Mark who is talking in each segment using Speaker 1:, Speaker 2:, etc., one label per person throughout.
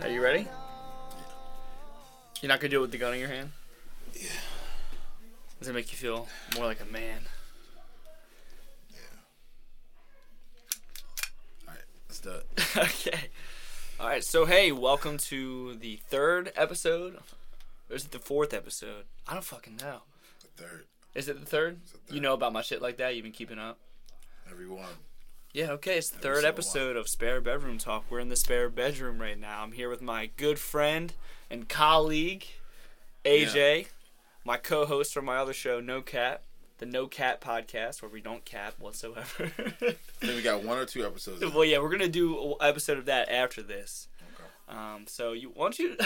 Speaker 1: Are you ready? You're not gonna do it with the gun in your hand.
Speaker 2: Yeah.
Speaker 1: Does it make you feel more like a man?
Speaker 2: Alright, let's do it.
Speaker 1: okay. All right. So hey, welcome to the third episode. Or is it the fourth episode? I don't fucking know.
Speaker 2: The third.
Speaker 1: Is it the third?
Speaker 2: the
Speaker 1: You
Speaker 2: third.
Speaker 1: know about my shit like that. You've been keeping up.
Speaker 2: Everyone.
Speaker 1: Yeah, okay. It's the
Speaker 2: Every
Speaker 1: third
Speaker 2: single
Speaker 1: episode of Spare Bedroom Talk. We're in the spare bedroom right now. I'm here with my good friend and colleague, AJ, my co host from my other show, No Cat, the No Cat podcast, where we don't cap whatsoever.
Speaker 2: I think we got one or two episodes. in.
Speaker 1: well, yeah, we're going to do an episode of that after this.
Speaker 2: Okay.
Speaker 1: Um, so, you why don't you,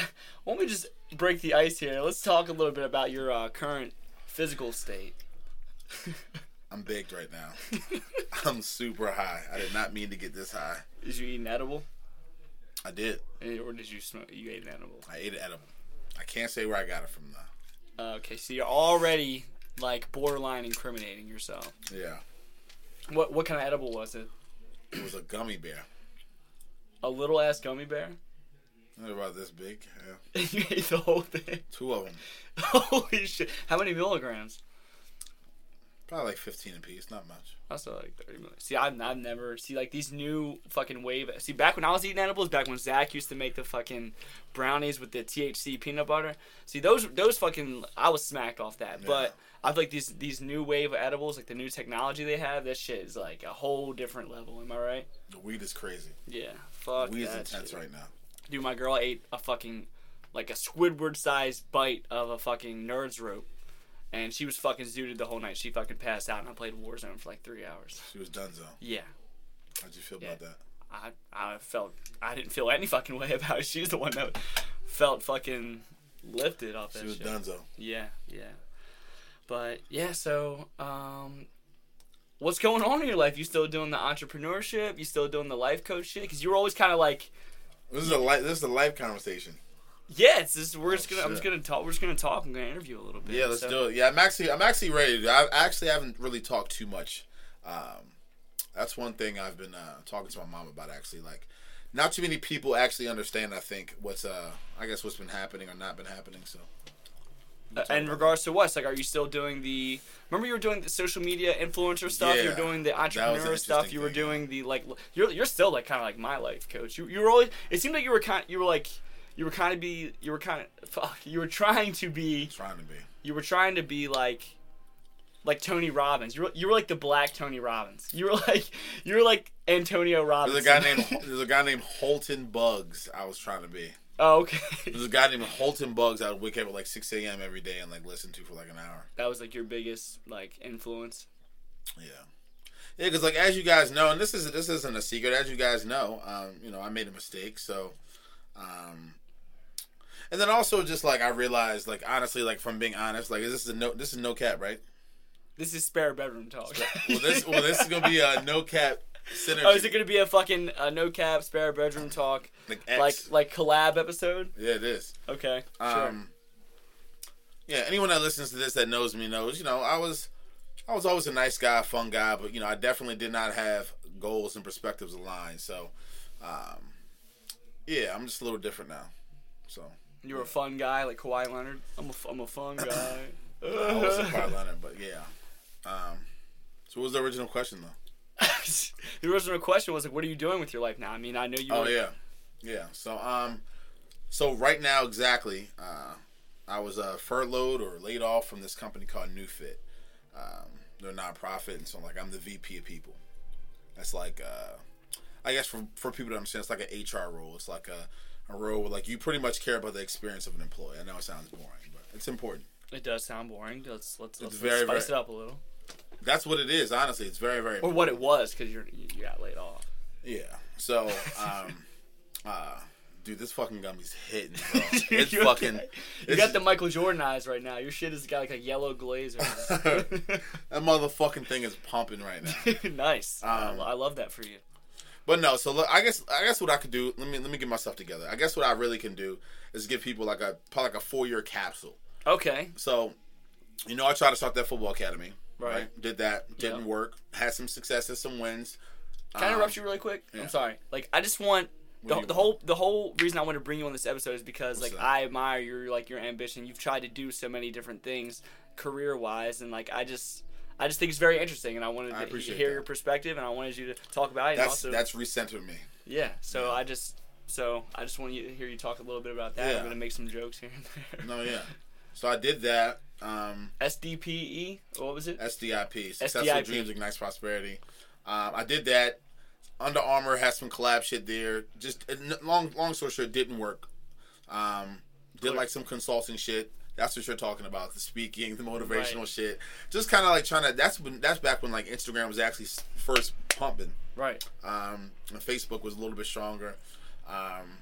Speaker 1: why don't we just break the ice here? Let's talk a little bit about your uh, current physical state.
Speaker 2: I'm baked right now. I'm super high. I did not mean to get this high.
Speaker 1: Did you eat an edible?
Speaker 2: I did.
Speaker 1: Or did you smoke? You ate an edible?
Speaker 2: I ate an edible. I can't say where I got it from though.
Speaker 1: Okay, so you're already like borderline incriminating yourself.
Speaker 2: Yeah.
Speaker 1: What what kind of edible was it?
Speaker 2: It was a gummy bear.
Speaker 1: A little ass gummy bear?
Speaker 2: They're about this big. Yeah.
Speaker 1: you ate the whole thing.
Speaker 2: Two of them.
Speaker 1: Holy shit! How many milligrams?
Speaker 2: Probably like 15 apiece. Not much.
Speaker 1: That's not like thirty milligrams. See, I've, I've never see like these new fucking wave. See, back when I was eating edibles, back when Zach used to make the fucking brownies with the THC peanut butter. See, those those fucking I was smacked off that. But I feel like these these new wave of edibles, like the new technology they have, this shit is like a whole different level. Am I right?
Speaker 2: The weed is crazy.
Speaker 1: Yeah. Fuck.
Speaker 2: weed is
Speaker 1: that
Speaker 2: intense
Speaker 1: shit.
Speaker 2: right now.
Speaker 1: Dude, my girl ate a fucking like a Squidward sized bite of a fucking nerds rope. And she was fucking zooted the whole night. She fucking passed out and I played Warzone for like three hours.
Speaker 2: She was done zone.
Speaker 1: Yeah.
Speaker 2: How'd you feel
Speaker 1: Yeah.
Speaker 2: about that?
Speaker 1: I I felt I didn't feel any fucking way about it. She's the one that felt fucking lifted off that
Speaker 2: She was
Speaker 1: shit.
Speaker 2: done zone.
Speaker 1: Yeah, yeah. But yeah, so um what's going on in your life? You still doing the entrepreneurship? You still doing the life coach shit? Cuz you were always kind of like
Speaker 2: This is a life. This is a life conversation.
Speaker 1: Yeah, it's just, we're just
Speaker 2: Oh,
Speaker 1: gonna. I'm just
Speaker 2: shit.
Speaker 1: gonna talk. We're just gonna talk. I'm gonna interview a little bit.
Speaker 2: Yeah, let's do it. Yeah, I'm actually I'm actually ready. I actually haven't really talked too much. Um, that's one thing I've been uh, talking to my mom about. Actually, like, not too many people actually understand. I think what's uh, I guess what's been happening or not been happening. So
Speaker 1: Uh, in regards to what's like, are you still doing the? Remember, you were doing the social media influencer stuff. you were
Speaker 2: Yeah,
Speaker 1: doing the
Speaker 2: was an
Speaker 1: entrepreneur stuff.
Speaker 2: interesting
Speaker 1: You were
Speaker 2: thing.
Speaker 1: doing the like. l- You're you're still like kind of like my life coach. You you were always. It seemed like you were kind. You were like. You were kind of be. You were kind of. Fuck. You were trying to be.
Speaker 2: trying to be.
Speaker 1: You were trying to be like. Like Tony Robbins, you were, you were like the black Tony Robbins. You were like you were like Antonio Robbins.
Speaker 2: There's a guy named There's a guy named Holton Bugs. I was trying to be.
Speaker 1: oh, okay.
Speaker 2: There's a guy named Holton Bugs. I would wake up at like 6 a.m. every day and like listen to for like an hour.
Speaker 1: That was like your biggest like influence.
Speaker 2: Yeah, yeah. Because like as you guys know, and this is this isn't a secret. As you guys know, um, you know I made a mistake. So, um, and then also just like I realized, like honestly, like from being honest, like this is a no, this is no cap, right?
Speaker 1: This is spare bedroom talk.
Speaker 2: Well, this well this is gonna be a no cap synergy.
Speaker 1: oh, is it gonna be a fucking uh, no cap spare bedroom talk
Speaker 2: like X.
Speaker 1: like like collab episode?
Speaker 2: yeah, it is.
Speaker 1: Okay,
Speaker 2: Um, Yeah, anyone that listens to this that knows me knows, you know, I was I was always a nice guy, fun guy, but you know, I definitely did not have goals and perspectives aligned. So, um, yeah, I'm just a little different now. So,
Speaker 1: sure. You were a fun guy like Kawhi Leonard. I'm a I'm a fun guy.
Speaker 2: I was a part learner, but yeah. Um, so what was the original question though?
Speaker 1: the original question was like, what are you doing with your life now? I mean, I know you.
Speaker 2: Oh
Speaker 1: were,
Speaker 2: yeah. Yeah. So, um so right now exactly, uh I was uh, furloughed or laid off from this company called NewFit. Um, they're a nonprofit, and so like I'm the VP of people. That's like, uh, I guess for for people to understand, it's like an HR role. It's like a, a role where like you pretty much care about the experience of an employee. I know it sounds boring, but it's important.
Speaker 1: It does sound boring. Let's let's, let's,
Speaker 2: very,
Speaker 1: spice
Speaker 2: very-
Speaker 1: it up a little.
Speaker 2: That's what it is. Honestly, it's very very.
Speaker 1: Or what it was because you're you got laid off.
Speaker 2: Yeah. So, um, uh, dude, this fucking gummy's hitting. Bro. It's
Speaker 1: You
Speaker 2: fucking.
Speaker 1: okay? You
Speaker 2: it's-
Speaker 1: got the Michael Jordan eyes right now. Your shit has got like a yellow glaze. Right
Speaker 2: that motherfucking thing is pumping right now.
Speaker 1: now. nice. I
Speaker 2: Um,
Speaker 1: lo- I love that for you.
Speaker 2: But no, so look, I guess I guess what I could do. Let me let me get myself together. I guess what I really can do is give people like a probably like a four year capsule.
Speaker 1: Okay.
Speaker 2: So, you know, I tried to start that football academy.
Speaker 1: Right.
Speaker 2: Did that. Didn't
Speaker 1: Yeah.
Speaker 2: work. Had some successes, some wins.
Speaker 1: Can I
Speaker 2: Um,
Speaker 1: interrupt you really quick?
Speaker 2: yeah.
Speaker 1: I'm sorry. Like, I just want the,
Speaker 2: do you
Speaker 1: the
Speaker 2: want?
Speaker 1: whole the whole reason I want to bring you on this episode is because
Speaker 2: What's
Speaker 1: like
Speaker 2: that?
Speaker 1: I admire your like your ambition. You've tried to do so many different things career wise, and like I just I just think it's very interesting, and I wanted to
Speaker 2: I
Speaker 1: he-
Speaker 2: appreciate
Speaker 1: hear
Speaker 2: that.
Speaker 1: your perspective, and I wanted you to talk about it. and
Speaker 2: Um, That's
Speaker 1: also,
Speaker 2: that's recentered me.
Speaker 1: yeah. So I just so I just want you to hear you talk a little bit about that.
Speaker 2: Yeah.
Speaker 1: I'm gonna make some jokes here and there.
Speaker 2: No, yeah. So I did that. Um,
Speaker 1: SDPE, E, what was it?
Speaker 2: SDIP, Successful
Speaker 1: SDIP.
Speaker 2: Dreams Ignites Prosperity. Um, I did that. Under Armour has some collab shit there. Just uh, n- long, long story short, didn't work. Um, did
Speaker 1: Clear.
Speaker 2: like some consulting shit. That's what you're talking about—the speaking, the motivational
Speaker 1: Right.
Speaker 2: shit. Just kind of like trying to. That's when. That's back when like Instagram was actually s- first pumping.
Speaker 1: Right.
Speaker 2: Um, and Facebook was a little bit stronger. Um,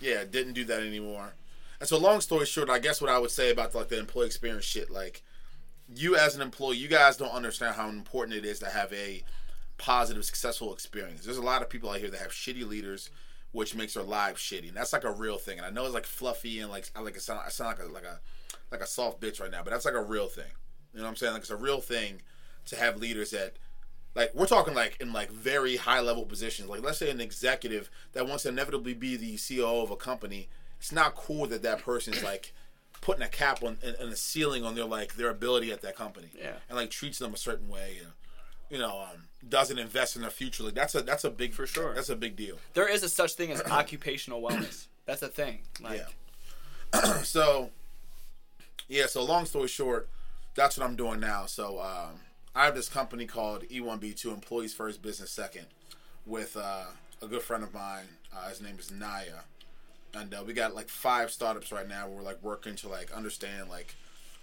Speaker 2: yeah, didn't do that anymore. And so, long story short, I guess what I would say about like the employee experience shit, like you as an employee, you guys don't understand how important it is to have a positive, successful experience. There's a lot of people out here that have shitty leaders, which makes their lives shitty, and that's like a real thing. And I know it's like fluffy and like I like I sound, I sound like a like a like a soft bitch right now, but that's like a real thing. You know what I'm saying? Like it's a real thing to have leaders that like we're talking like in like very high level positions like let's say an executive that wants to inevitably be the ceo of a company it's not cool that that person's like putting a cap on and, and a ceiling on their like their ability at that company
Speaker 1: Yeah.
Speaker 2: and like treats them a certain way and you know um, doesn't invest in their future like that's a that's a big for
Speaker 1: sure.
Speaker 2: that's a big deal
Speaker 1: There is a such thing as occupational wellness. That's a thing. Like,
Speaker 2: Yeah. so yeah so long story short that's what i'm doing now so um, i have this company called E e1b2 employees first business second with uh, a good friend of mine uh, his name is naya and uh, we got like five startups right now where we're like working to like understand like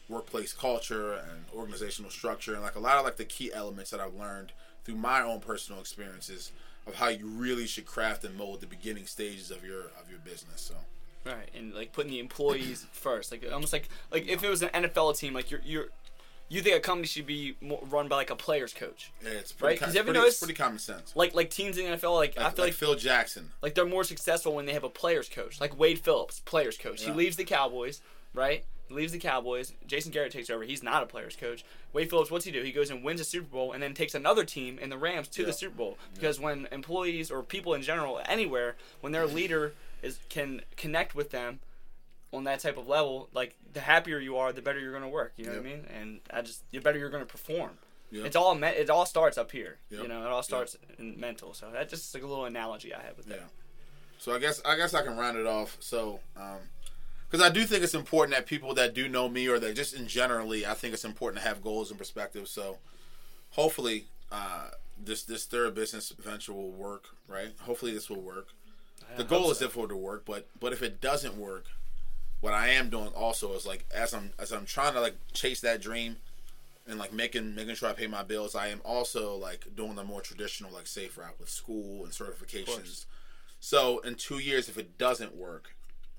Speaker 2: workplace culture and organizational structure and like a lot of like the key elements that i've learned through my own personal experiences of how you really should craft and mold the beginning stages of your of your business so
Speaker 1: Right, and like putting the employees first, like almost like like if it was an NFL team, like you're you're you think a company should be mo run by like a players coach,
Speaker 2: Yeah, it's pretty,
Speaker 1: Right?
Speaker 2: com-
Speaker 1: 'Cause
Speaker 2: it's
Speaker 1: everyone
Speaker 2: pretty,
Speaker 1: knows-
Speaker 2: it's pretty common sense.
Speaker 1: like like teams in the NFL, like, I
Speaker 2: Like,
Speaker 1: feel
Speaker 2: like
Speaker 1: like
Speaker 2: Phil Jackson.
Speaker 1: like they're more successful when they have a players coach, like Wade Phillips, players coach.
Speaker 2: Yeah.
Speaker 1: He leaves the Cowboys, right? He leaves the Cowboys. Jason Garrett takes over. He's not a players coach. Wade Phillips, what's he do? He goes and wins a Super Bowl and then takes another team in the Rams to
Speaker 2: Yeah.
Speaker 1: the Super Bowl because when employees or people in general anywhere, when their leader is can connect with them on that type of level, like the happier you are, the better you're going to work. You know what I
Speaker 2: Yep.
Speaker 1: mean? And I just the better you're going to perform.
Speaker 2: Yep.
Speaker 1: It's all me- it all starts up here. You
Speaker 2: Yep.
Speaker 1: know, it all starts in mental. So that's just like a little analogy I have with that.
Speaker 2: Yeah. So I guess I guess I can round it off. So, because I do think it's important that people that do know me or that just in generally, I think it's important to have goals and perspectives. So, hopefully, uh, this this third business venture will work. Right. Hopefully, this will work. the goal is if it were to work, but but if it doesn't work, what I am doing also is like as I'm as I'm trying to like chase that dream and like making making sure I pay my bills, I am also like doing the more traditional like safe route with school and certifications. So in two years, if it doesn't work,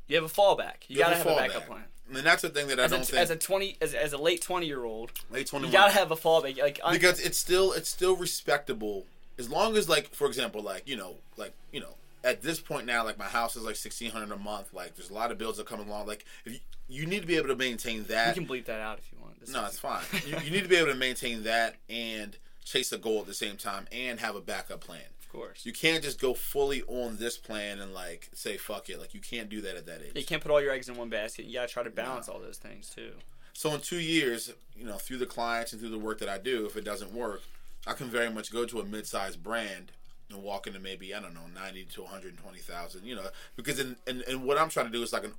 Speaker 1: You have a fallback. You
Speaker 2: there's
Speaker 1: gotta have a backup
Speaker 2: fallback.
Speaker 1: plan.
Speaker 2: And then that's the thing that I
Speaker 1: As a,
Speaker 2: don't
Speaker 1: as a
Speaker 2: think
Speaker 1: twenty, as, as a late twenty year old,
Speaker 2: late twenty
Speaker 1: you
Speaker 2: one
Speaker 1: gotta have a fallback. Like un-
Speaker 2: because it's still it's still respectable as long as like for example like you know like you know at this point now like my house is like 1600 a month like there's a lot of bills that come along like if you, you need to be able to maintain
Speaker 1: you
Speaker 2: that
Speaker 1: can bleep that out if you want. This
Speaker 2: no
Speaker 1: is-
Speaker 2: it's fine you, you need to be able to maintain that and chase a goal at the same time and have a backup plan
Speaker 1: of course.
Speaker 2: you can't just go fully on this plan and like say fuck it like you can't do that at that age
Speaker 1: You can't put all your eggs in one basket. You gotta try to balance all those things too.
Speaker 2: So in two years, you know, through the clients and through the work that I do, if it doesn't work, I can very much go to a mid-sized brand and walk into maybe I don't know ninety to one hundred twenty thousand. You know, because in, in in what I'm trying to do is like an,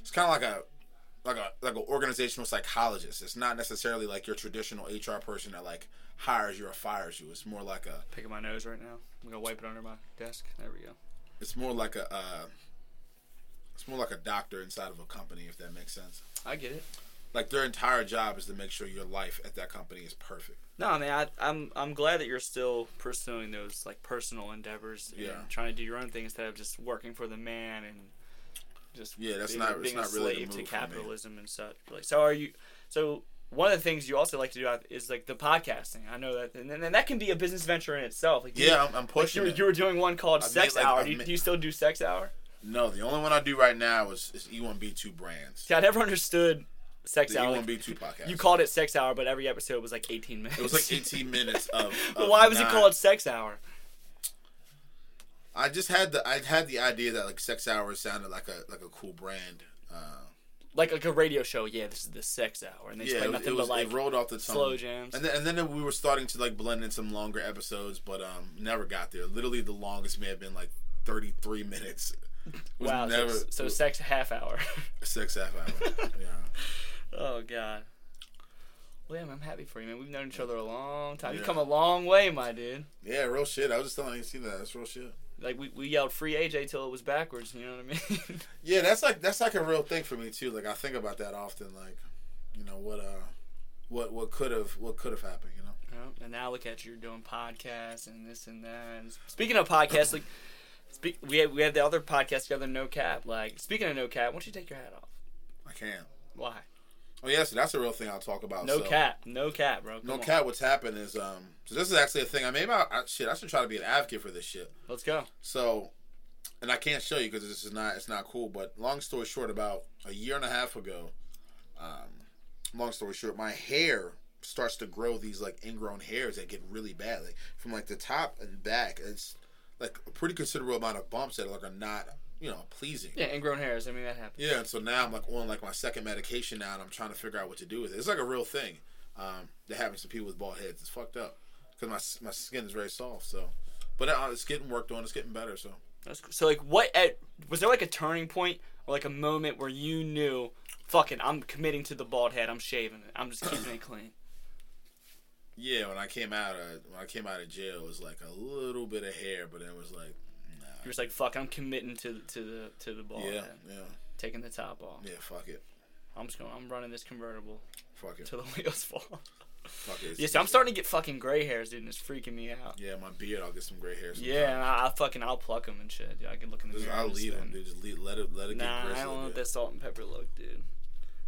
Speaker 2: it's kind of like a. Like a like an organizational psychologist. It's not necessarily like your traditional HR person that like hires you or fires you. It's more like a
Speaker 1: Picking my nose right now. I'm gonna wipe it under my desk. There we go.
Speaker 2: it's more like a uh, it's more like a doctor inside of a company if that makes sense.
Speaker 1: I get it.
Speaker 2: Like their entire job is to make sure your life at that company is perfect.
Speaker 1: No, I mean, I, I'm I'm glad that you're still pursuing those like personal endeavors
Speaker 2: Yeah.
Speaker 1: and trying to do your own thing instead of just working for the man and just
Speaker 2: Yeah, that's
Speaker 1: being,
Speaker 2: not- it's
Speaker 1: being
Speaker 2: not
Speaker 1: a
Speaker 2: really
Speaker 1: slave
Speaker 2: the
Speaker 1: to
Speaker 2: move for me.
Speaker 1: capitalism and such. Like, so are you? So one of the things you also like to do is like the podcasting. I know that, and, and that can be a business venture in itself. Like, you-
Speaker 2: Yeah, I'm, I'm
Speaker 1: like
Speaker 2: pushing.
Speaker 1: you, were-
Speaker 2: it.
Speaker 1: you were doing one called
Speaker 2: I've
Speaker 1: Sex
Speaker 2: made, like,
Speaker 1: Hour.
Speaker 2: I've
Speaker 1: Do you,
Speaker 2: made-
Speaker 1: do you still do Sex Hour?
Speaker 2: No, the only one I do right now is, is E E1B2 brands.
Speaker 1: See, I never understood Sex
Speaker 2: The E
Speaker 1: Hour. Like,
Speaker 2: E1B2 podcast.
Speaker 1: you called it Sex Hour, but every episode was like 18 minutes.
Speaker 2: it was like 18 minutes of.
Speaker 1: But
Speaker 2: of
Speaker 1: why was it
Speaker 2: nine-
Speaker 1: called Sex Hour?
Speaker 2: I just had the I had the idea that like Sex Hour sounded like a like a cool brand. Uh,
Speaker 1: Like like a radio show. Yeah, this is the sex hour, and they
Speaker 2: yeah,
Speaker 1: play
Speaker 2: it, was-
Speaker 1: nothing
Speaker 2: it, was,
Speaker 1: but like
Speaker 2: it rolled off the tongue.
Speaker 1: slow jams.
Speaker 2: And then, and then we were starting to like blend in some longer episodes, but um, never got there. Literally, the longest may have been like thirty three minutes. It was
Speaker 1: wow. so-
Speaker 2: never
Speaker 1: so, sex half hour.
Speaker 2: six half hour. yeah,
Speaker 1: oh God. Well, yeah, man, I'm happy for you, man. We've known each other a long time. You've
Speaker 2: Yeah.
Speaker 1: come a long way, my dude.
Speaker 2: yeah, real shit. I was just telling you, see that? That's real shit.
Speaker 1: Like we, we yelled free AJ till it was backwards. You know what I mean?
Speaker 2: Yeah, that's like that's like a real thing for me too. Like I think about that often. Like, you know what uh, what what could have what could have happened. You know.
Speaker 1: Yep, and now look at you, you're doing podcasts and this and that. And speaking of podcasts, like speak, we have, we have the other podcast together, No Cap. Like speaking of No Cap, why don't you take your hat off?
Speaker 2: I can.
Speaker 1: Why?
Speaker 2: Oh yeah, so that's a real thing I'll talk about.
Speaker 1: No
Speaker 2: so,
Speaker 1: cap, no cap, bro. Come
Speaker 2: No
Speaker 1: on.
Speaker 2: cat. What's happened is um. So this is actually a thing. I maybe I, I shit. I should try to be an advocate for this shit.
Speaker 1: Let's go.
Speaker 2: So, and I can't show you because this is not it's not cool. But long story short, about a year and a half ago, um, long story short, my hair starts to grow these like ingrown hairs that get really bad, like from like the top and back. It's like a pretty considerable amount of bumps that like are not you know pleasing.
Speaker 1: Yeah, ingrown hairs. I mean, that happens.
Speaker 2: Yeah, and so now I'm like on like my second medication now, and I'm trying to figure out what to do with it. It's like a real thing um, that happens to people with bald heads. It's fucked up because my s- my skin is very soft. So, but uh, it's getting worked on. It's getting better. So
Speaker 1: That's cool. So, like, what at was there like a turning point or like a moment where you knew, fucking, I'm committing to the bald head. I'm shaving it. I'm just keeping it clean.
Speaker 2: yeah, when I came out of when I came out of jail, it was like a little bit of hair, but it was like
Speaker 1: You're
Speaker 2: nah.
Speaker 1: just like, fuck, I'm committing to to the to the bald
Speaker 2: Yeah,
Speaker 1: head.
Speaker 2: yeah,
Speaker 1: Taking the top off.
Speaker 2: yeah. Fuck it,
Speaker 1: I'm just going. I'm running this convertible
Speaker 2: fuck it,
Speaker 1: till the wheels fall. off.
Speaker 2: fuck it. It's-
Speaker 1: Yeah, see, I'm starting to get fucking gray hairs, dude, and it's freaking me out.
Speaker 2: Yeah, my beard. I'll get some gray hair. sometime.
Speaker 1: Yeah, and I, I fucking I'll pluck them and shit. Dude, I can look in the
Speaker 2: Just-
Speaker 1: mirror.
Speaker 2: I'll
Speaker 1: and just
Speaker 2: leave them,
Speaker 1: then-
Speaker 2: dude. Just leave, let it let it
Speaker 1: Nah,
Speaker 2: get
Speaker 1: I
Speaker 2: bristly.
Speaker 1: don't want
Speaker 2: dude.
Speaker 1: that salt and pepper look, dude.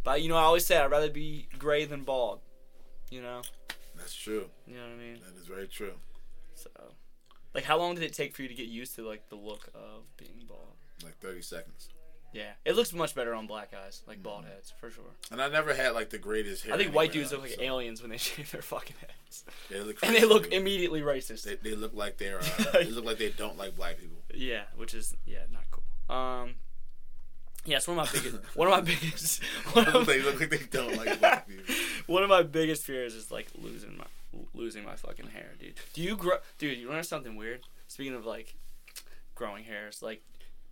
Speaker 1: But you know, I always say I'd rather be gray than bald. You know,
Speaker 2: That's true.
Speaker 1: you know what I mean.
Speaker 2: That is very true.
Speaker 1: So, like, how long did it take for you to get used to like the look of being bald?
Speaker 2: Like thirty seconds.
Speaker 1: Yeah, it looks much better on black guys, like bald
Speaker 2: Mm-hmm.
Speaker 1: heads for sure.
Speaker 2: And I never had like the greatest hair.
Speaker 1: I think white
Speaker 2: anywhere,
Speaker 1: dudes look like
Speaker 2: so
Speaker 1: aliens when they shave their fucking heads,
Speaker 2: They look
Speaker 1: and they look
Speaker 2: crazy.
Speaker 1: immediately racist.
Speaker 2: They, they look like they're. Uh, they look like they don't like black people.
Speaker 1: Yeah, which is yeah, not cool. Um, yeah, it's one of my biggest, one of my biggest, one of,
Speaker 2: they look like they don't like black people.
Speaker 1: one of my biggest fears is like losing my losing my fucking hair, dude. Do you grow, dude? You learn something weird. Speaking of like growing hairs, like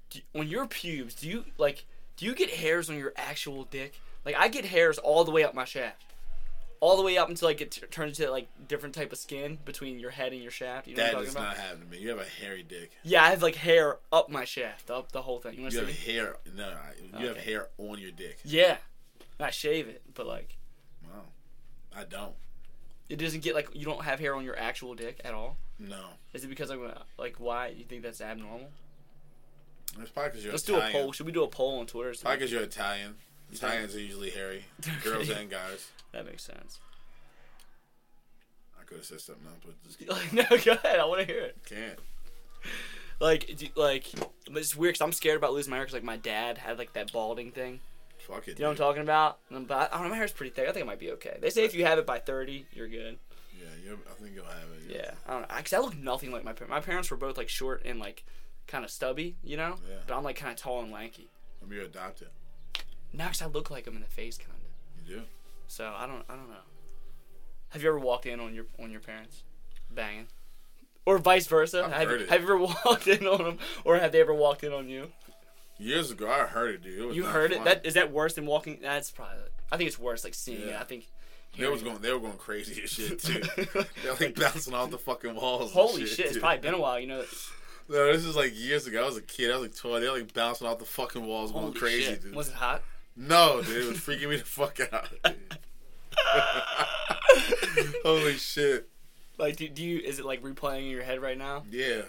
Speaker 1: do, when your pubes, do you like do you get hairs on your actual dick? Like I get hairs all the way up my shaft. All the way up until like it t- turns into like different type of skin between your head and your shaft. You know
Speaker 2: That
Speaker 1: what I'm
Speaker 2: does
Speaker 1: talking about?
Speaker 2: not happen to me. You have a hairy dick.
Speaker 1: Yeah, I have like hair up my shaft, up the whole thing. You want
Speaker 2: You
Speaker 1: to
Speaker 2: have
Speaker 1: see?
Speaker 2: hair. No, I- you have
Speaker 1: Okay.
Speaker 2: hair on your dick.
Speaker 1: Yeah. Not shave it, but like
Speaker 2: Wow. I don't.
Speaker 1: it doesn't get like you don't have hair on your actual dick at all.
Speaker 2: No.
Speaker 1: Is it because like uh, like why you think that's abnormal?
Speaker 2: It's probably because you're
Speaker 1: Let's do
Speaker 2: Italian.
Speaker 1: a poll. Should we do a poll on Twitter? or
Speaker 2: Probably
Speaker 1: something?
Speaker 2: because you're Italian. Italians are usually hairy. Girls and guys.
Speaker 1: that makes sense.
Speaker 2: I could have said something else, but just
Speaker 1: Like, no, go ahead. I want to hear it.
Speaker 2: can't.
Speaker 1: Like, do, like but it's weird because I'm scared about losing my hair because like my dad had like that balding thing.
Speaker 2: Fuck it.
Speaker 1: You know what I'm
Speaker 2: dude.
Speaker 1: talking about? And I'm, but I don't know. My hair's pretty thick. I think it might be okay. They say if you have it by 30, you're good.
Speaker 2: Yeah, you're, I think you'll have it.
Speaker 1: Yeah, I don't know. Cause I look nothing like my parents. My parents were both like short and like kind of stubby, you know.
Speaker 2: Yeah.
Speaker 1: But I'm like kind of tall and lanky.
Speaker 2: Maybe you're adopted.
Speaker 1: Now, cause I look like him in the face, kind of.
Speaker 2: You do.
Speaker 1: So I don't, I don't know. Have you ever walked in on your on your parents banging, or vice versa?
Speaker 2: I've
Speaker 1: have,
Speaker 2: heard
Speaker 1: you,
Speaker 2: it.
Speaker 1: have you ever walked in on them, or have they ever walked in on you?
Speaker 2: Years ago, I heard it, dude. It was
Speaker 1: You
Speaker 2: not
Speaker 1: heard
Speaker 2: fun.
Speaker 1: it. That is that worse than walking? That's probably. I think it's worse, like seeing it.
Speaker 2: Yeah.
Speaker 1: I think.
Speaker 2: They was
Speaker 1: hearing
Speaker 2: going. They were going crazy as shit too. They're like bouncing off the fucking walls. and
Speaker 1: it. Holy shit! It's
Speaker 2: too.
Speaker 1: probably been a while. You know.
Speaker 2: No, this is like years ago. I was a kid. I was like twelve. They're like bouncing off the fucking walls, going
Speaker 1: Holy
Speaker 2: crazy,
Speaker 1: shit.
Speaker 2: dude.
Speaker 1: Was it hot?
Speaker 2: No, dude, it was freaking me the fuck out. dude. Holy shit!
Speaker 1: Like, do, do you? Is it like replaying in your head right now?
Speaker 2: Yeah,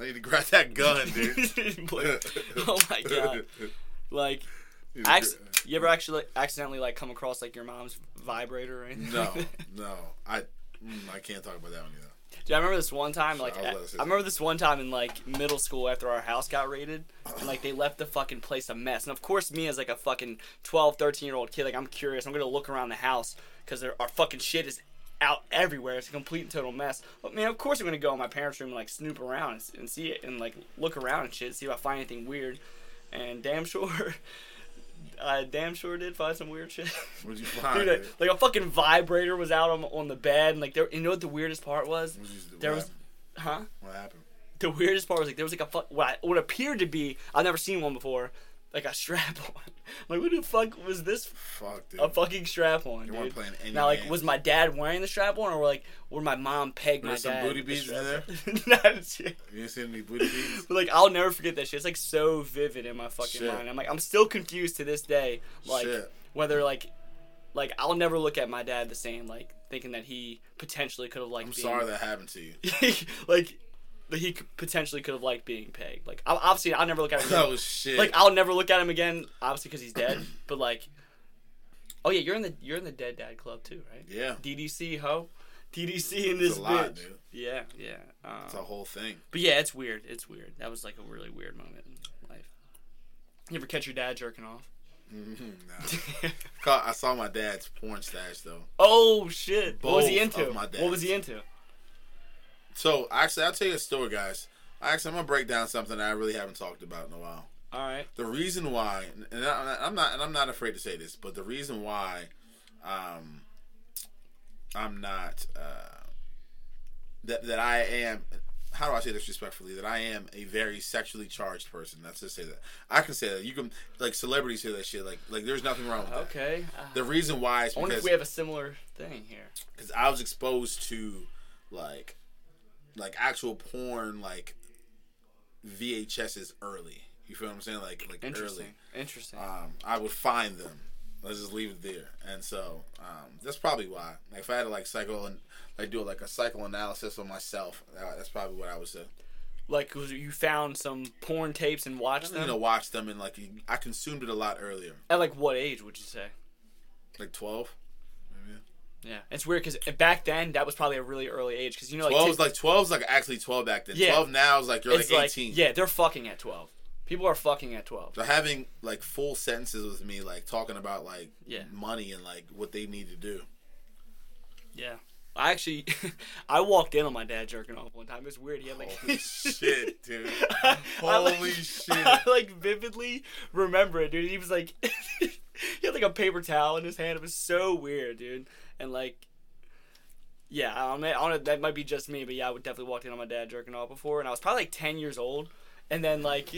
Speaker 2: I need to grab that gun, dude.
Speaker 1: oh my god! Like, acc- you ever actually accidentally like come across like your mom's vibrator or anything?
Speaker 2: No,
Speaker 1: like that?
Speaker 2: no, I, mm, I can't talk about that one either.
Speaker 1: Dude, I remember this one time. Like,
Speaker 2: I'll
Speaker 1: I,
Speaker 2: let it sit.
Speaker 1: I remember this one time in like middle school after our house got raided, and like they left the fucking place a mess. And of course, me as like a fucking 12, 13 year old kid, like I'm curious. I'm gonna look around the house because our fucking shit is out everywhere. It's a complete and total mess. But man, of course I'm gonna go in my parents' room and like snoop around and, s- and see it and like look around and shit, see if I find anything weird. And damn sure, I damn sure did find some weird shit.
Speaker 2: What'd you find?
Speaker 1: Dude,
Speaker 2: dude?
Speaker 1: like- like a fucking vibrator was out on, on the bed, and like there. You know what the weirdest part was?
Speaker 2: What'd you-
Speaker 1: There
Speaker 2: what
Speaker 1: was,
Speaker 2: happened?
Speaker 1: huh?
Speaker 2: What happened?
Speaker 1: the weirdest part was like there was like a fuck what, I, what appeared to be I've never seen one before, like a strap on. Like what the fuck was this?
Speaker 2: Fuck, dude.
Speaker 1: A fucking strap on.
Speaker 2: weren't
Speaker 1: dude.
Speaker 2: playing any
Speaker 1: Now like
Speaker 2: games.
Speaker 1: was my dad wearing the strap on or like were my mom pegged
Speaker 2: There
Speaker 1: my
Speaker 2: was some
Speaker 1: dad?
Speaker 2: booty
Speaker 1: with the
Speaker 2: beads in
Speaker 1: strap on? Not a shit.
Speaker 2: you didn't see any booty beats?
Speaker 1: But like I'll never forget that shit. It's like so vivid in my fucking
Speaker 2: Shit.
Speaker 1: mind. I'm like I'm still confused to this day. Like
Speaker 2: Shit.
Speaker 1: whether like like I'll never look at my dad the same. Like thinking that he potentially could have like.
Speaker 2: I'm sorry that happened to you.
Speaker 1: like that he could- potentially could have liked being pegged. Like ob- obviously, I'll never look at him. Again.
Speaker 2: Oh, shit.
Speaker 1: like I'll never look at him again, obviously because he's dead. but like, oh yeah, you're in the you're in the dead dad club too, right?
Speaker 2: yeah.
Speaker 1: DDC ho, DDC in this
Speaker 2: a lot,
Speaker 1: bitch.
Speaker 2: dude.
Speaker 1: Yeah, yeah. Um,
Speaker 2: It's a whole thing.
Speaker 1: but yeah, it's weird. It's weird. That was like a really weird moment in life. You ever catch your dad jerking off?
Speaker 2: nah. Ca- I saw my dad's porn stash, though.
Speaker 1: oh shit! what was he
Speaker 2: Both
Speaker 1: into?
Speaker 2: of my dads.
Speaker 1: What was he into?
Speaker 2: So, actually, I'll tell you a story, guys. Actually, I'm going to break down something I really haven't talked about in a while.
Speaker 1: All right.
Speaker 2: the reason why, and I- I'm not, and I'm not afraid to say this, but the reason why, um, I'm not uh, that that I am. How do I say this respectfully? That I am a very sexually charged person. Let's just say that. I can say that. You can like celebrities say that shit. Like like there's nothing wrong with that.
Speaker 1: Okay. Uh,
Speaker 2: The reason why is
Speaker 1: I wonder if
Speaker 2: because
Speaker 1: we have a similar thing here.
Speaker 2: because I was exposed to like like actual porn like VHSs early. You feel what I'm saying? Like like
Speaker 1: Interesting.
Speaker 2: early
Speaker 1: Interesting.
Speaker 2: um, I would find them. Let's just leave it there. And so um, that's probably why. Like if I had to like cycle and like do like a psychoanalysis on myself, that- that's probably what I would say.
Speaker 1: Like was it you found some porn tapes and watched them.
Speaker 2: You know, watch them and like I consumed it a lot earlier,
Speaker 1: At like what age would you say?
Speaker 2: like twelve.
Speaker 1: Yeah, it's weird because back then that was probably a really early age because you know like,
Speaker 2: Twelve was
Speaker 1: t-
Speaker 2: like twelve is like actually twelve back then.
Speaker 1: Yeah.
Speaker 2: Twelve now is like you're like
Speaker 1: it's like
Speaker 2: eighteen.
Speaker 1: yeah they're fucking at twelve. People are fucking at twelve.
Speaker 2: So having like full sentences with me, like talking about like
Speaker 1: Yeah.
Speaker 2: money and like what they need to do.
Speaker 1: Yeah, I actually I walked in on my dad jerking off one time. It was weird. He had like
Speaker 2: Holy shit, dude!
Speaker 1: I, like-
Speaker 2: Holy shit!
Speaker 1: I like vividly remember it, dude. He was like, he had like a paper towel in his hand. It was so weird, dude. And like, yeah, I don't, know, I don't know. That might be just me, but yeah, I would definitely walked in on my dad jerking off before, and I was probably like ten years old. And then like,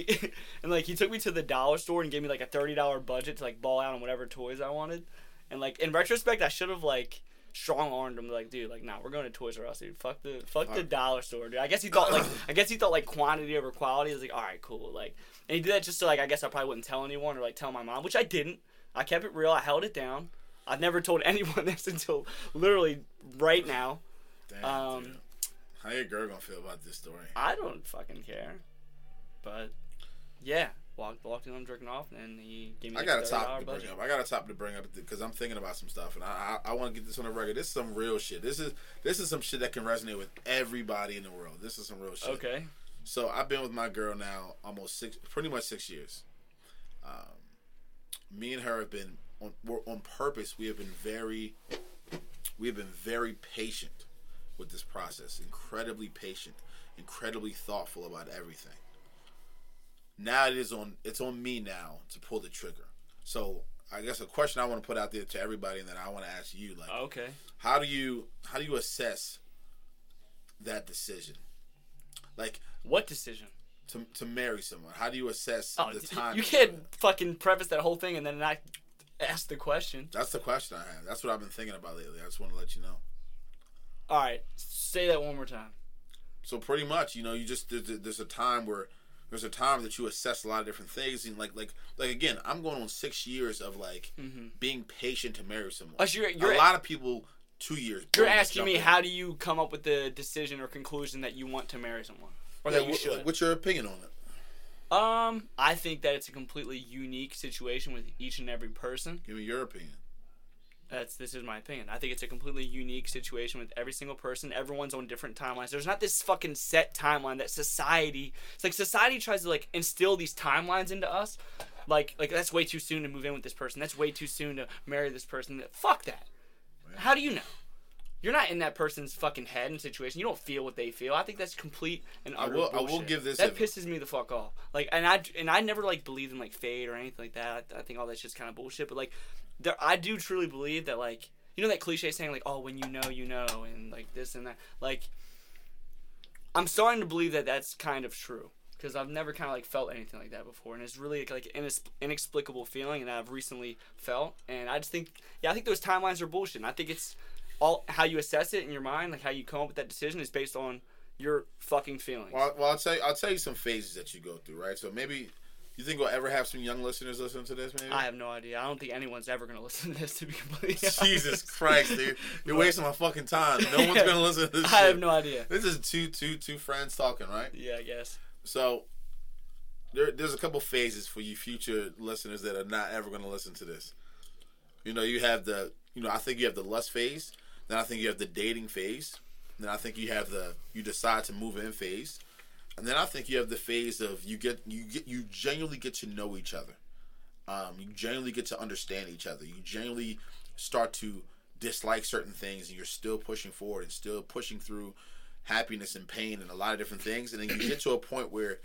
Speaker 1: and like he took me to the dollar store and gave me like a thirty dollar budget to like ball out on whatever toys I wanted. And like in retrospect, I should have like. Strong armed him like, dude, like, nah, we're going to Toys R Us, dude. Fuck the, fuck the dollar store, dude. I guess he thought like, I guess he thought like quantity over quality. I was like, all right, cool, like, and he did that just so like, I guess I probably wouldn't tell anyone or like tell my mom, which I didn't. I kept it real. I held it down. I've never told anyone this until literally right now.
Speaker 2: Damn,
Speaker 1: Um,
Speaker 2: dude. How your girl gonna feel about this story?
Speaker 1: I don't fucking care. But yeah, walked walked in on him jerking off, and he gave me.
Speaker 2: I
Speaker 1: like
Speaker 2: got a
Speaker 1: $30
Speaker 2: topic to bring
Speaker 1: budget.
Speaker 2: up. I got a topic to bring up because I'm thinking about some stuff, and I I, I want to get this on the record. This is some real shit. This is this is some shit that can resonate with everybody in the world. This is some real shit.
Speaker 1: Okay.
Speaker 2: So I've been with my girl now almost six, pretty much six years. Um, me and her have been on we're, on purpose. We have been very, we have been very patient with this process. Incredibly patient, incredibly thoughtful about everything. Now it is on it's on me now to pull the trigger. So I guess a question I want to put out there to everybody, and then I want to ask you, like,
Speaker 1: Okay.
Speaker 2: how do you how do you assess that decision? Like,
Speaker 1: What decision?
Speaker 2: to, to marry someone? How do you assess
Speaker 1: Oh,
Speaker 2: the
Speaker 1: d-
Speaker 2: time?
Speaker 1: you can't fucking preface that whole thing and then not ask the question.
Speaker 2: That's the question I have. That's what I've been thinking about lately. I just want to let you know.
Speaker 1: All right, say that one more time.
Speaker 2: So pretty much, you know, you just there's, there's a time where there's a time that you assess a lot of different things, and like like like again, I'm going on six years of like being patient to marry someone.
Speaker 1: Oh, so Mm-hmm. you're- you're-
Speaker 2: a lot of people two years.
Speaker 1: You're
Speaker 2: boom, let's
Speaker 1: asking
Speaker 2: jump
Speaker 1: me
Speaker 2: in.
Speaker 1: how do you come up with the decision or conclusion that you want to marry someone or
Speaker 2: Yeah,
Speaker 1: that you
Speaker 2: wh-
Speaker 1: should.
Speaker 2: like, what's your opinion on it?
Speaker 1: Um, I think that it's a completely unique situation with each and every person.
Speaker 2: Give me your opinion.
Speaker 1: That's this is my opinion. I think it's a completely unique situation with every single person. Everyone's on different timelines. There's not this fucking set timeline that society. It's like society tries to like instill these timelines into us. Like like that's way too soon to move in with this person. That's way too soon to marry this person. Fuck that. How do you know? you're not in that person's fucking head and situation. You don't feel what they feel. I think that's complete and
Speaker 2: I
Speaker 1: utter
Speaker 2: will- I will
Speaker 1: bullshit.
Speaker 2: give this
Speaker 1: That
Speaker 2: adv-
Speaker 1: pisses me the fuck off. Like, and I and I never like believed in like fate or anything like that. I, I think all that shit's kind of bullshit. But like, there, I do truly believe that like you know that cliche saying like oh when you know you know and like this and that like I'm starting to believe that that's kind of true because I've never kind of like felt anything like that before, and it's really like an inex- inexplicable feeling that I've recently felt, and I just think yeah, I think those timelines are bullshit. And I think it's all how you assess it in your mind, like how you come up with that decision is based on your fucking feelings.
Speaker 2: Well, I- well, I'll tell you, I'll tell you some phases that you go through, right? So maybe you think we'll ever have some young listeners listen to this, maybe.
Speaker 1: I have no idea. I don't think anyone's ever gonna listen to this to be completely honest.
Speaker 2: Jesus Christ, dude! You're wasting my fucking time. No one's gonna listen to this.
Speaker 1: I
Speaker 2: shit.
Speaker 1: have no idea.
Speaker 2: This is two, two, two friends talking, right?
Speaker 1: Yeah, I guess.
Speaker 2: So there, there's a couple phases for you future listeners that are not ever going to listen to this. You know, you have the, you know, I think you have the lust phase. Then I think you have the dating phase. Then I think you have the you decide to move in phase. And then I think you have the phase of you get you get you genuinely get to know each other. Um, you genuinely get to understand each other. You genuinely start to dislike certain things, and you're still pushing forward and still pushing through happiness and pain and a lot of different things. And then you get to a point where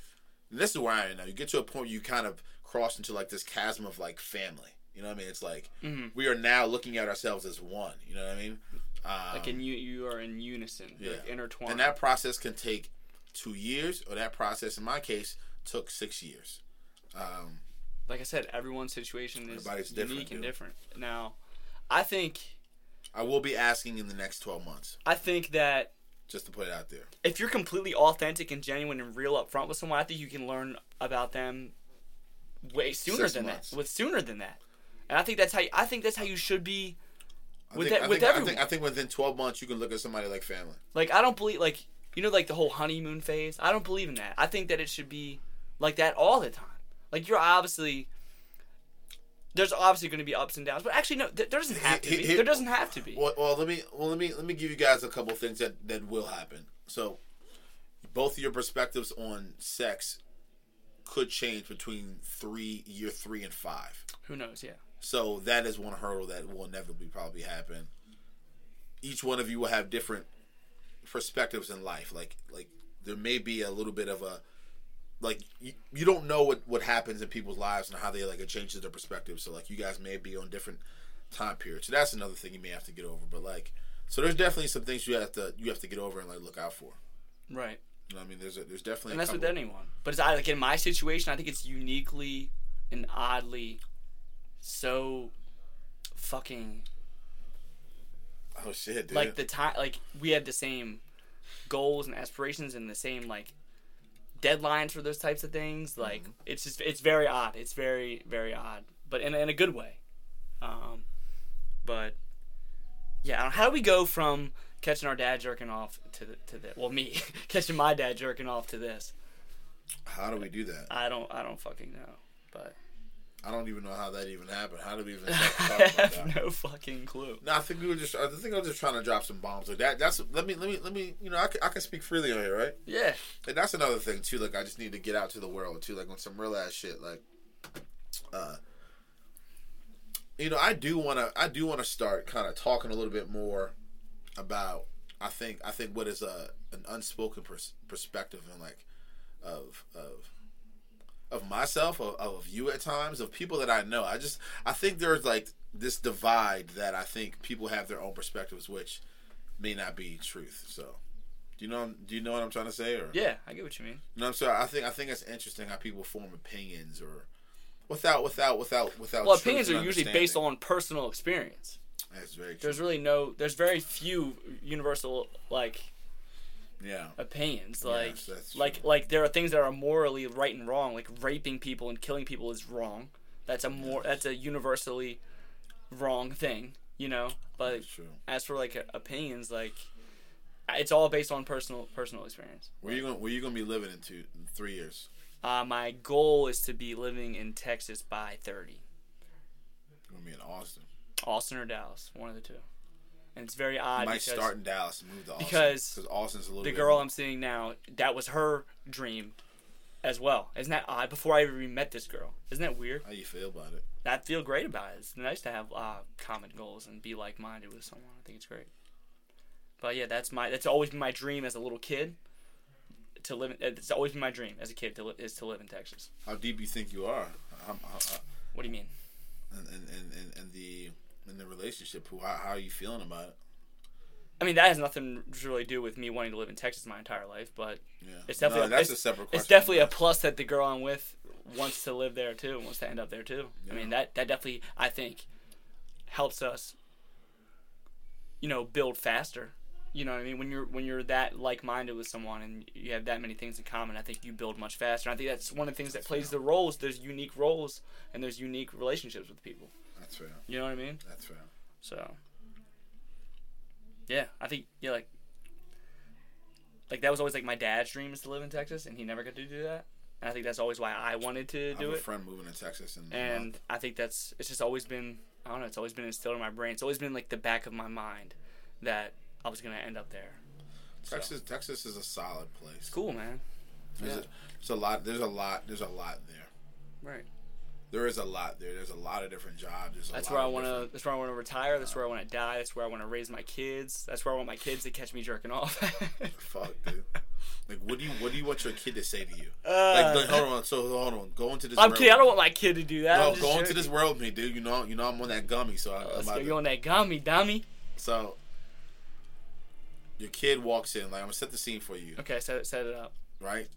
Speaker 2: and this is where I am now. You get to a point where you kind of cross into like this chasm of like family. You know what I mean? It's like we are now looking at ourselves as one. You know what I mean? Um,
Speaker 1: Like, and you you are in unison, You're, like
Speaker 2: yeah.
Speaker 1: intertwined.
Speaker 2: and that process can take two years, or that process in my case took six years. Um,
Speaker 1: like I said, everyone's situation is
Speaker 2: Everybody's
Speaker 1: unique
Speaker 2: different,
Speaker 1: and
Speaker 2: dude.
Speaker 1: different. Now, I think
Speaker 2: I will be asking in the next twelve months,
Speaker 1: I think that
Speaker 2: just to put it out there.
Speaker 1: if you're completely authentic and genuine and real up front with someone, I think you can learn about them way sooner
Speaker 2: Six
Speaker 1: than
Speaker 2: months.
Speaker 1: that. With sooner than that, and I think that's how you, I think that's how you should be.
Speaker 2: I
Speaker 1: With
Speaker 2: think,
Speaker 1: that-
Speaker 2: I,
Speaker 1: with
Speaker 2: think, I,
Speaker 1: everyone.
Speaker 2: think, I think within twelve months you can look at somebody like family.
Speaker 1: Like I don't believe like you know like the whole honeymoon phase. I don't believe in that. I think that it should be like that all the time. Like you're obviously there's obviously going to be ups and downs, but actually no, th- there doesn't have to
Speaker 2: He-
Speaker 1: be.
Speaker 2: he- he-
Speaker 1: There doesn't have to be.
Speaker 2: Well, well, let me well let me let me give you guys a couple things that that will happen. So, both of your perspectives on sex could change between three year three and five.
Speaker 1: Who knows? Yeah.
Speaker 2: So that is one hurdle that will inevitably probably happen. Each one of you will have different perspectives in life. Like like there may be a little bit of a like you, you don't know what what happens in people's lives and how they like it changes their perspective. So like you guys may be on different time periods. So that's another thing you may have to get over. But like so there's definitely some things you have to you have to get over and like look out for.
Speaker 1: Right.
Speaker 2: You know what I mean? There's a, there's definitely
Speaker 1: and
Speaker 2: a
Speaker 1: that's with
Speaker 2: couple-
Speaker 1: anyone. But it's I like in my situation, I think it's uniquely and oddly so fucking
Speaker 2: Oh shit, dude.
Speaker 1: like the time like we have the same goals and aspirations and the same like deadlines for those types of things. Like it's just it's very odd. It's very very odd, but in in a good way. Um, but yeah, I don't- how do we go from catching our dad jerking off to the, to the well me catching my dad jerking off to this?
Speaker 2: how do we do that?
Speaker 1: I don't I don't fucking know, but.
Speaker 2: I don't even know how that even happened. How do we even
Speaker 1: I
Speaker 2: talk talk about that?
Speaker 1: have no fucking clue.
Speaker 2: No, I think we were just. I think I was just trying to drop some bombs. Like that. That's. Let me. Let me. Let me. You know, I can, I can speak freely on here, right?
Speaker 1: Yeah.
Speaker 2: And that's another thing too. Like I just need to get out to the world too. Like on some real ass shit. Like, uh, you know, I do want to. I do want to start kind of talking a little bit more about. I think. I think what is a an unspoken pers- perspective and like of of of myself of, of you at times of people that i know i just i think there's like this divide that i think people have their own perspectives which may not be truth so do you know do you know what i'm trying to say or
Speaker 1: Yeah, I get what you mean.
Speaker 2: you know what i'm sorry i think i think it's interesting how people form opinions or without without without without
Speaker 1: Well,
Speaker 2: truth
Speaker 1: opinions
Speaker 2: and
Speaker 1: are usually based
Speaker 2: understanding.
Speaker 1: on personal experience.
Speaker 2: that's very true
Speaker 1: There's really no, there's very few universal like
Speaker 2: yeah
Speaker 1: opinions. Like,
Speaker 2: that's
Speaker 1: like, like there are things that are morally right and wrong. Like raping people and killing people is wrong. That's a more, that's a universally wrong thing. You know, but
Speaker 2: that's true
Speaker 1: as for like opinions, like it's all based on personal personal experience.
Speaker 2: where you gonna where you gonna be living in two in three years
Speaker 1: Uh, my goal is to be living in Texas by 30.
Speaker 2: you're gonna be in austin
Speaker 1: Austin or Dallas, one of the two. And it's very odd
Speaker 2: might
Speaker 1: because
Speaker 2: start in dallas and move to austin
Speaker 1: because
Speaker 2: austin's a little
Speaker 1: the
Speaker 2: bit
Speaker 1: girl
Speaker 2: more-
Speaker 1: I'm seeing now, that was her dream as well. Isn't that odd? Before I even met this girl. Isn't that weird?
Speaker 2: how you feel about it
Speaker 1: I feel great about it. It's nice to have uh, common goals and be like minded with someone. I think it's great. But yeah, that's my that's always been my dream as a little kid to live. In, it's always been my dream as a kid to li- is to live in Texas.
Speaker 2: How deep you think you are? Um, uh, uh,
Speaker 1: What do you mean?
Speaker 2: and, and, and, and, and the in the relationship, who how, how are you feeling about it?
Speaker 1: I mean that has nothing to really do with me wanting to live in Texas my entire life, but
Speaker 2: Yeah,
Speaker 1: It's definitely-
Speaker 2: No, that's
Speaker 1: it's-
Speaker 2: a separate question.
Speaker 1: it's definitely a plus that the girl I'm with wants to live there too, wants to end up there too. I mean that that definitely I think helps us, you know, build faster. You know what I mean? When you're when you're that like minded with someone and you have that many things in common, I think you build much faster. I think that's one of the things that plays the roles. There's unique roles and there's unique relationships with people.
Speaker 2: That's fair.
Speaker 1: You know what I mean?
Speaker 2: That's fair.
Speaker 1: So yeah, I think yeah, like like that was always like my dad's dream is to live in Texas, and he never got to do that. And I think that's always why I wanted to
Speaker 2: I
Speaker 1: do
Speaker 2: have a
Speaker 1: it.
Speaker 2: friend moving to Texas, and, uh,
Speaker 1: And I think that's it's just always been I don't know, it's always been instilled in my brain. It's always been like the back of my mind that I was gonna end up there.
Speaker 2: Texas, Texas is a solid place.
Speaker 1: Cool, man.
Speaker 2: There's,
Speaker 1: Yeah.
Speaker 2: a, there's a lot. There's a lot. There's a lot there.
Speaker 1: Right.
Speaker 2: There is a lot there. There's a lot of different jobs. There's a
Speaker 1: That's
Speaker 2: lot
Speaker 1: where I
Speaker 2: of
Speaker 1: want to.
Speaker 2: different-
Speaker 1: That's where I want to retire. That's where I want to die. That's where I want to raise my kids. That's where I want my kids to catch me jerking off.
Speaker 2: Fuck, dude. Like, what do you what do you want your kid to say to you?
Speaker 1: Uh,
Speaker 2: Like, like, hold on. So hold on. Go into this.
Speaker 1: I'm
Speaker 2: world.
Speaker 1: kidding. I don't want my kid to do that. I'm
Speaker 2: No,
Speaker 1: just
Speaker 2: go into
Speaker 1: joking.
Speaker 2: this world with me, dude. You know, you know, I'm on that gummy, so I, I'm
Speaker 1: Let's
Speaker 2: about
Speaker 1: get
Speaker 2: to-
Speaker 1: Oh, you on that gummy, dummy.
Speaker 2: So your kid walks in, like I'm gonna set the scene for you,
Speaker 1: Okay, set, set it up.
Speaker 2: right?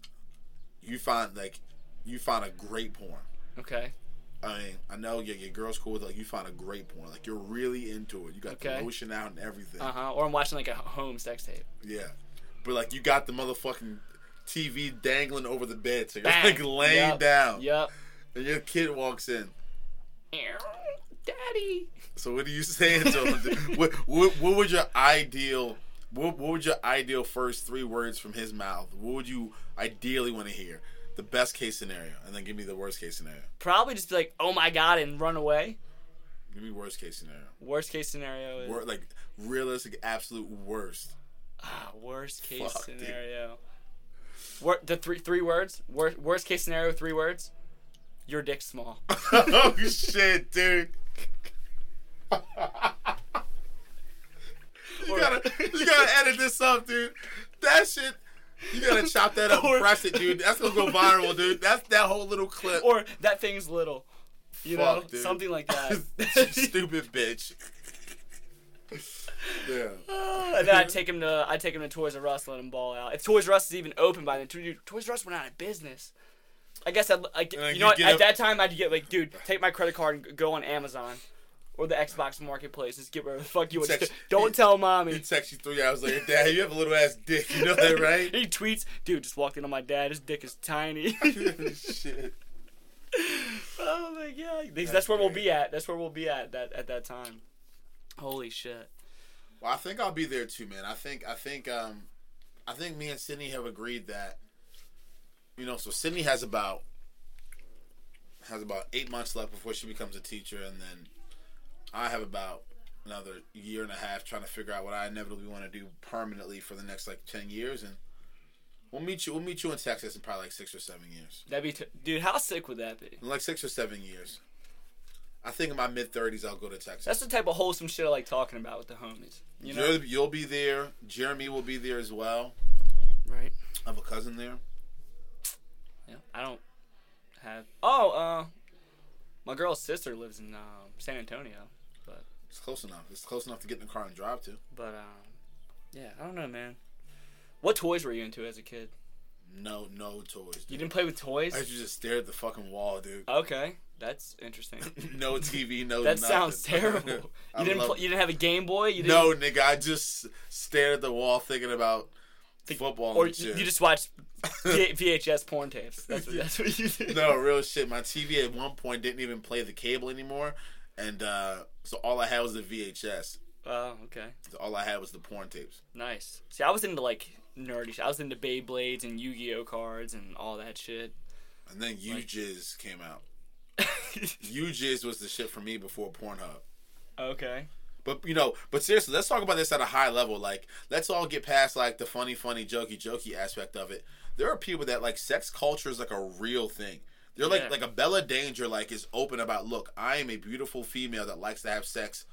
Speaker 2: You find like you find a great porn.
Speaker 1: Okay.
Speaker 2: I mean, I know your, your girl's cool with it, like you find a great porn. Like you're really into it. You got
Speaker 1: Okay.
Speaker 2: the lotion out and everything.
Speaker 1: Uh huh. Or I'm watching like a home sex tape.
Speaker 2: Yeah. But like you got the motherfucking TV dangling over the bed, so you're
Speaker 1: Bang.
Speaker 2: like laying
Speaker 1: Yep.
Speaker 2: down.
Speaker 1: Yep.
Speaker 2: And your kid walks in.
Speaker 1: Daddy.
Speaker 2: So what are you saying to him? dude? what, what what would your ideal what, what would your ideal first three words from his mouth? What would you ideally want to hear? The best case scenario, and then give me the worst case scenario.
Speaker 1: Probably just be like, oh my god, and run away.
Speaker 2: Give me worst case scenario.
Speaker 1: Worst case scenario is
Speaker 2: Wor- like realistic, absolute worst.
Speaker 1: ah, worst case
Speaker 2: Fuck, dude.
Speaker 1: scenario. Wor- the three three words. Wor- worst case scenario, three words. Your dick's small.
Speaker 2: oh shit, dude. you gotta you gotta edit this up, dude. That shit you gotta chop that up
Speaker 1: Or-
Speaker 2: and press it, dude. That's gonna go viral, dude. That's that whole little clip.
Speaker 1: or that thing's little. You
Speaker 2: Fuck,
Speaker 1: know,
Speaker 2: dude.
Speaker 1: something like that.
Speaker 2: Stupid bitch. yeah.
Speaker 1: and then I take him to I take him to Toys R Us, let him ball out. If Toys R Us is even open by then, dude, Toys R Us went out of business. I guess I'd like you know
Speaker 2: then you
Speaker 1: what,
Speaker 2: get
Speaker 1: at
Speaker 2: a-
Speaker 1: that time I'd get like, dude, take my credit card and go on Amazon or the Xbox Marketplace. Just get where the fuck you want.
Speaker 2: Text-
Speaker 1: Don't tell mommy.
Speaker 2: He texts you three hours later, Dad, you have a little ass dick, you know that, right?
Speaker 1: He tweets, dude, just walked in on my dad. His dick is tiny.
Speaker 2: Shit.
Speaker 1: oh my god, that's, where we'll be at. That's where we'll be at that at that time. Holy shit.
Speaker 2: Well, I think I'll be there too, man. I think I think um I think me and Sydney have agreed that you know, so Sydney has about has about eight months left before she becomes a teacher and then I have about another year and a half trying to figure out what I inevitably want to do permanently for the next like ten years and we'll meet you we'll meet you in Texas in probably like six or seven years.
Speaker 1: That'd be t- dude. How sick would that be?
Speaker 2: In like six or seven years. I think in my mid thirties I'll go to Texas.
Speaker 1: That's the type of wholesome shit I like talking about with the homies. You know,
Speaker 2: You'll- you'll be there. Jeremy will be there as well.
Speaker 1: right?
Speaker 2: I have a cousin there.
Speaker 1: Yeah, I don't have. Oh, uh, my girl's sister lives in um, San Antonio, but
Speaker 2: It's close enough. It's close enough to get in the car and drive to.
Speaker 1: but um, yeah, I don't know, man. What toys were you into as a kid?
Speaker 2: No, no toys.
Speaker 1: You
Speaker 2: Dude.
Speaker 1: didn't play with
Speaker 2: I
Speaker 1: toys?
Speaker 2: just just stare at the fucking wall, dude.
Speaker 1: Okay, that's interesting.
Speaker 2: No TV, no.
Speaker 1: That
Speaker 2: nothing.
Speaker 1: sounds terrible.
Speaker 2: I
Speaker 1: You didn't
Speaker 2: love-
Speaker 1: pl- you didn't have a Game Boy. You didn't,
Speaker 2: no, nigga. I just stared at the wall thinking about football
Speaker 1: or
Speaker 2: and
Speaker 1: you,
Speaker 2: shit.
Speaker 1: you just watched v- VHS porn tapes. That's what, that's what you did.
Speaker 2: no real shit. My TV at one point didn't even play the cable anymore, and uh, so all I had was the VHS.
Speaker 1: Oh, okay,
Speaker 2: So all I had was the porn tapes.
Speaker 1: nice. See, I was into like nerdy. shit. I was into Beyblades and Yu-Gi-Oh cards and all that shit.
Speaker 2: And then U Jizz came out. U Jizz was the shit for me before Pornhub.
Speaker 1: okay.
Speaker 2: But you know, but seriously, let's talk about this at a high level. Like, let's all get past like the funny, funny, jokey, jokey aspect of it. There are people that like sex culture is like a real thing. They're like
Speaker 1: Yeah.
Speaker 2: like a Bella Danger like is open about. Look, I am a beautiful female that likes to have sex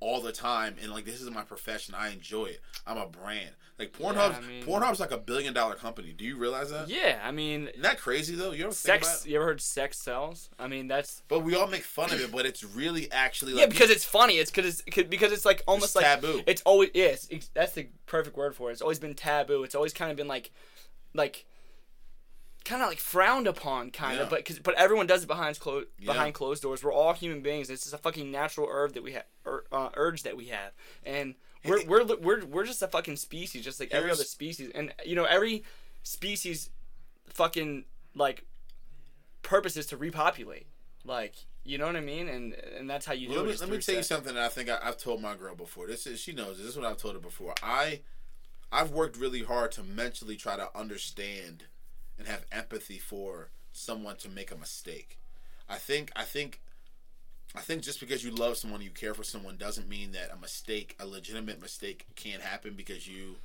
Speaker 2: all the time, and like this is my profession. I enjoy it. I'm a brand. Like Pornhub's
Speaker 1: I mean-
Speaker 2: Pornhub's like a billion dollar company. Do you realize that?
Speaker 1: Yeah, I mean,
Speaker 2: Isn't that crazy though? You ever think about
Speaker 1: sex.
Speaker 2: it?
Speaker 1: You ever heard sex sells? I mean, that's
Speaker 2: But we all make fun of it, but it's really actually like
Speaker 1: yeah, because it's funny. It's because it's 'cause- because it's like almost
Speaker 2: It's
Speaker 1: like
Speaker 2: taboo.
Speaker 1: It's always yes. it's that's the perfect word for it. It's always been taboo. It's always kind of been like, like, kind of like frowned upon, kind
Speaker 2: Yeah.
Speaker 1: of. But cause, but everyone does it behind closed
Speaker 2: Yeah.
Speaker 1: behind closed doors. We're all human beings. It's just a fucking natural urge that we have, ur, uh, urge that we have, and we're we're li- we're we're just a fucking species, just like every
Speaker 2: Here's-
Speaker 1: other species. And you know, every species, fucking like, purpose is to repopulate. Like, you know what I mean? And and that's how you do
Speaker 2: Let
Speaker 1: it.
Speaker 2: me,
Speaker 1: is
Speaker 2: let me
Speaker 1: through
Speaker 2: tell you
Speaker 1: sex.
Speaker 2: something that I think I, I've told my girl before. This is she knows. This is what I've told her before. I I've worked really hard to mentally try to understand and have empathy for someone to make a mistake. I think I think I think just because you love someone, you care for someone, doesn't mean that a mistake, a legitimate mistake, can't happen because you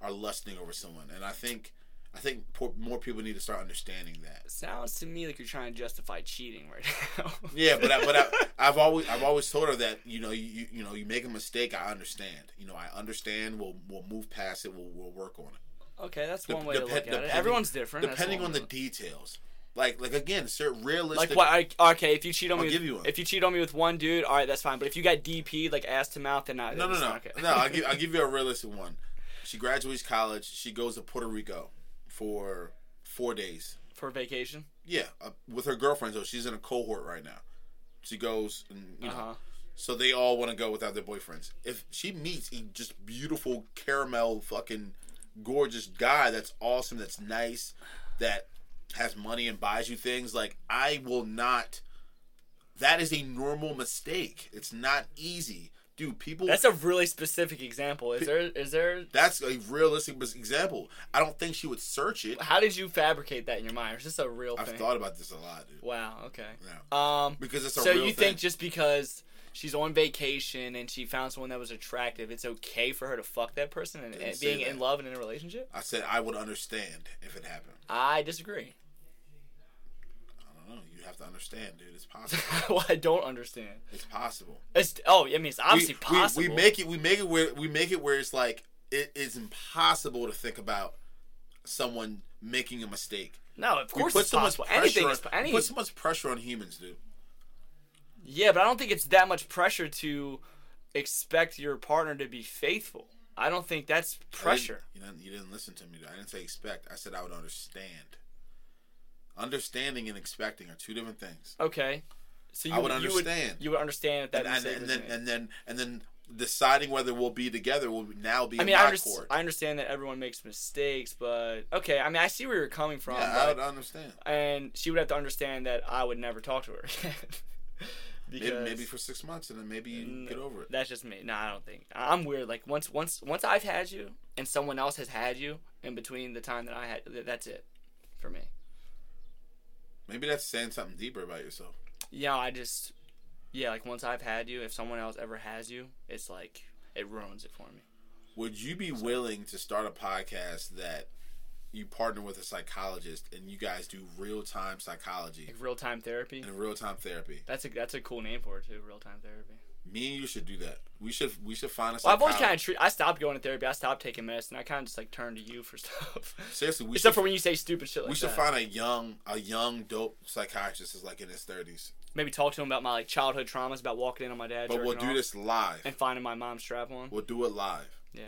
Speaker 2: are lusting over someone. And I think I think po- more people need to start understanding that.
Speaker 1: sounds to me like you're trying to justify cheating right now.
Speaker 2: Yeah, but I, but I, I've always I've always told her that you know you you- you know you make a mistake. I understand. You know I understand. We'll we'll move past it. We'll we'll work on it.
Speaker 1: okay, that's one way to
Speaker 2: Dep-
Speaker 1: look at it.
Speaker 2: depending-
Speaker 1: Everyone's different. that's
Speaker 2: Depending
Speaker 1: one
Speaker 2: on
Speaker 1: way
Speaker 2: the
Speaker 1: to look-
Speaker 2: details, like like again, certain
Speaker 1: like
Speaker 2: realistic.
Speaker 1: what? I, okay, if you cheat on
Speaker 2: I'll
Speaker 1: me,
Speaker 2: give
Speaker 1: with,
Speaker 2: you one.
Speaker 1: if you cheat on me with one dude, all right, that's fine. But if you got DP like ass to mouth, then not.
Speaker 2: no, no,
Speaker 1: it's
Speaker 2: no,
Speaker 1: not okay.
Speaker 2: no. I'll give I'll give you a realistic one. She graduates college. She goes to Puerto Rico for four days.
Speaker 1: for vacation.
Speaker 2: Yeah, uh, with her girlfriend. So she's in a cohort right now. She goes and you
Speaker 1: Uh
Speaker 2: know.
Speaker 1: huh.
Speaker 2: So they all want to go without their boyfriends. If she meets a just beautiful caramel fucking gorgeous guy that's awesome, that's nice, that has money and buys you things, like I will not that is a normal mistake. It's not easy. Dude, people
Speaker 1: That's a really specific example. Is there? Is there?
Speaker 2: that's a realistic bes- example. I don't think she would search it.
Speaker 1: How did you fabricate that in your mind? Or is this a real
Speaker 2: I've
Speaker 1: thing?
Speaker 2: thought about this a lot, dude.
Speaker 1: wow. Okay.
Speaker 2: Yeah.
Speaker 1: Um.
Speaker 2: Because it's a
Speaker 1: so
Speaker 2: real
Speaker 1: you
Speaker 2: thing.
Speaker 1: think just because she's on vacation and she found someone that was attractive, it's okay for her to fuck that person and,
Speaker 2: Didn't
Speaker 1: and
Speaker 2: say
Speaker 1: being
Speaker 2: that.
Speaker 1: in love and in a relationship?
Speaker 2: I said I would understand if it happened.
Speaker 1: I disagree.
Speaker 2: I don't know. Oh, You have to understand, dude. It's possible.
Speaker 1: well, I don't understand.
Speaker 2: it's possible.
Speaker 1: It's oh, I mean, it's obviously
Speaker 2: we, we-
Speaker 1: possible.
Speaker 2: We, make it. We make it where we make it where it's like it is impossible to think about someone making a mistake.
Speaker 1: no, of
Speaker 2: We
Speaker 1: course
Speaker 2: put
Speaker 1: it's
Speaker 2: so much
Speaker 1: possible.
Speaker 2: pressure
Speaker 1: Anything
Speaker 2: on-
Speaker 1: is
Speaker 2: we
Speaker 1: any.
Speaker 2: Put so much pressure on humans, dude.
Speaker 1: Yeah, but I don't think it's that much pressure to expect your partner to be faithful. I don't think that's
Speaker 2: I didn't-
Speaker 1: pressure.
Speaker 2: You didn't. You didn't listen to me. dude. I didn't say expect. I said I would understand. Understanding and expecting are two different things.
Speaker 1: Okay, so you
Speaker 2: I would
Speaker 1: you
Speaker 2: understand.
Speaker 1: Would, you would understand if that.
Speaker 2: And, and,
Speaker 1: mistake
Speaker 2: and
Speaker 1: was
Speaker 2: then
Speaker 1: made.
Speaker 2: and then and then deciding whether we'll be together will now be
Speaker 1: I
Speaker 2: in
Speaker 1: mean,
Speaker 2: my
Speaker 1: I, under-
Speaker 2: court.
Speaker 1: I understand that everyone makes mistakes, but okay. I mean, I see where you're coming from,
Speaker 2: yeah, I
Speaker 1: but-
Speaker 2: would understand.
Speaker 1: and she would have to understand that I would never talk to her again.
Speaker 2: Maybe,
Speaker 1: because
Speaker 2: maybe for six months, and then maybe you get over it.
Speaker 1: That's just me. No, I don't think. I- I'm weird. Like once, once, once I've had you, and someone else has had you, in between the time that I had, th- that's it, for me.
Speaker 2: Maybe that's saying something deeper about yourself.
Speaker 1: Yeah, I just, yeah, like once I've had you, if someone else ever has you, it's like it ruins it for me.
Speaker 2: Would you be willing to start a podcast that you partner with a psychologist and you guys do real time psychology
Speaker 1: Like real time therapy.
Speaker 2: and real time therapy?
Speaker 1: That's a that's a cool name for it too. Real time therapy.
Speaker 2: Me and you should do that. We should we should find a
Speaker 1: Well, I've always
Speaker 2: psychologist.
Speaker 1: kind of treat. I stopped going to therapy. I stopped taking medicine. I kind of just like turned to you for stuff.
Speaker 2: Seriously, we
Speaker 1: Except
Speaker 2: should,
Speaker 1: for when you say stupid shit like
Speaker 2: we should
Speaker 1: that.
Speaker 2: find a young a young dope psychiatrist that's like in his thirties.
Speaker 1: Maybe talk to him about my like childhood traumas, about walking in on my dad.
Speaker 2: But we'll
Speaker 1: jerking
Speaker 2: do
Speaker 1: off,
Speaker 2: this live.
Speaker 1: and finding my mom's strap on.
Speaker 2: We'll do it live.
Speaker 1: Yeah,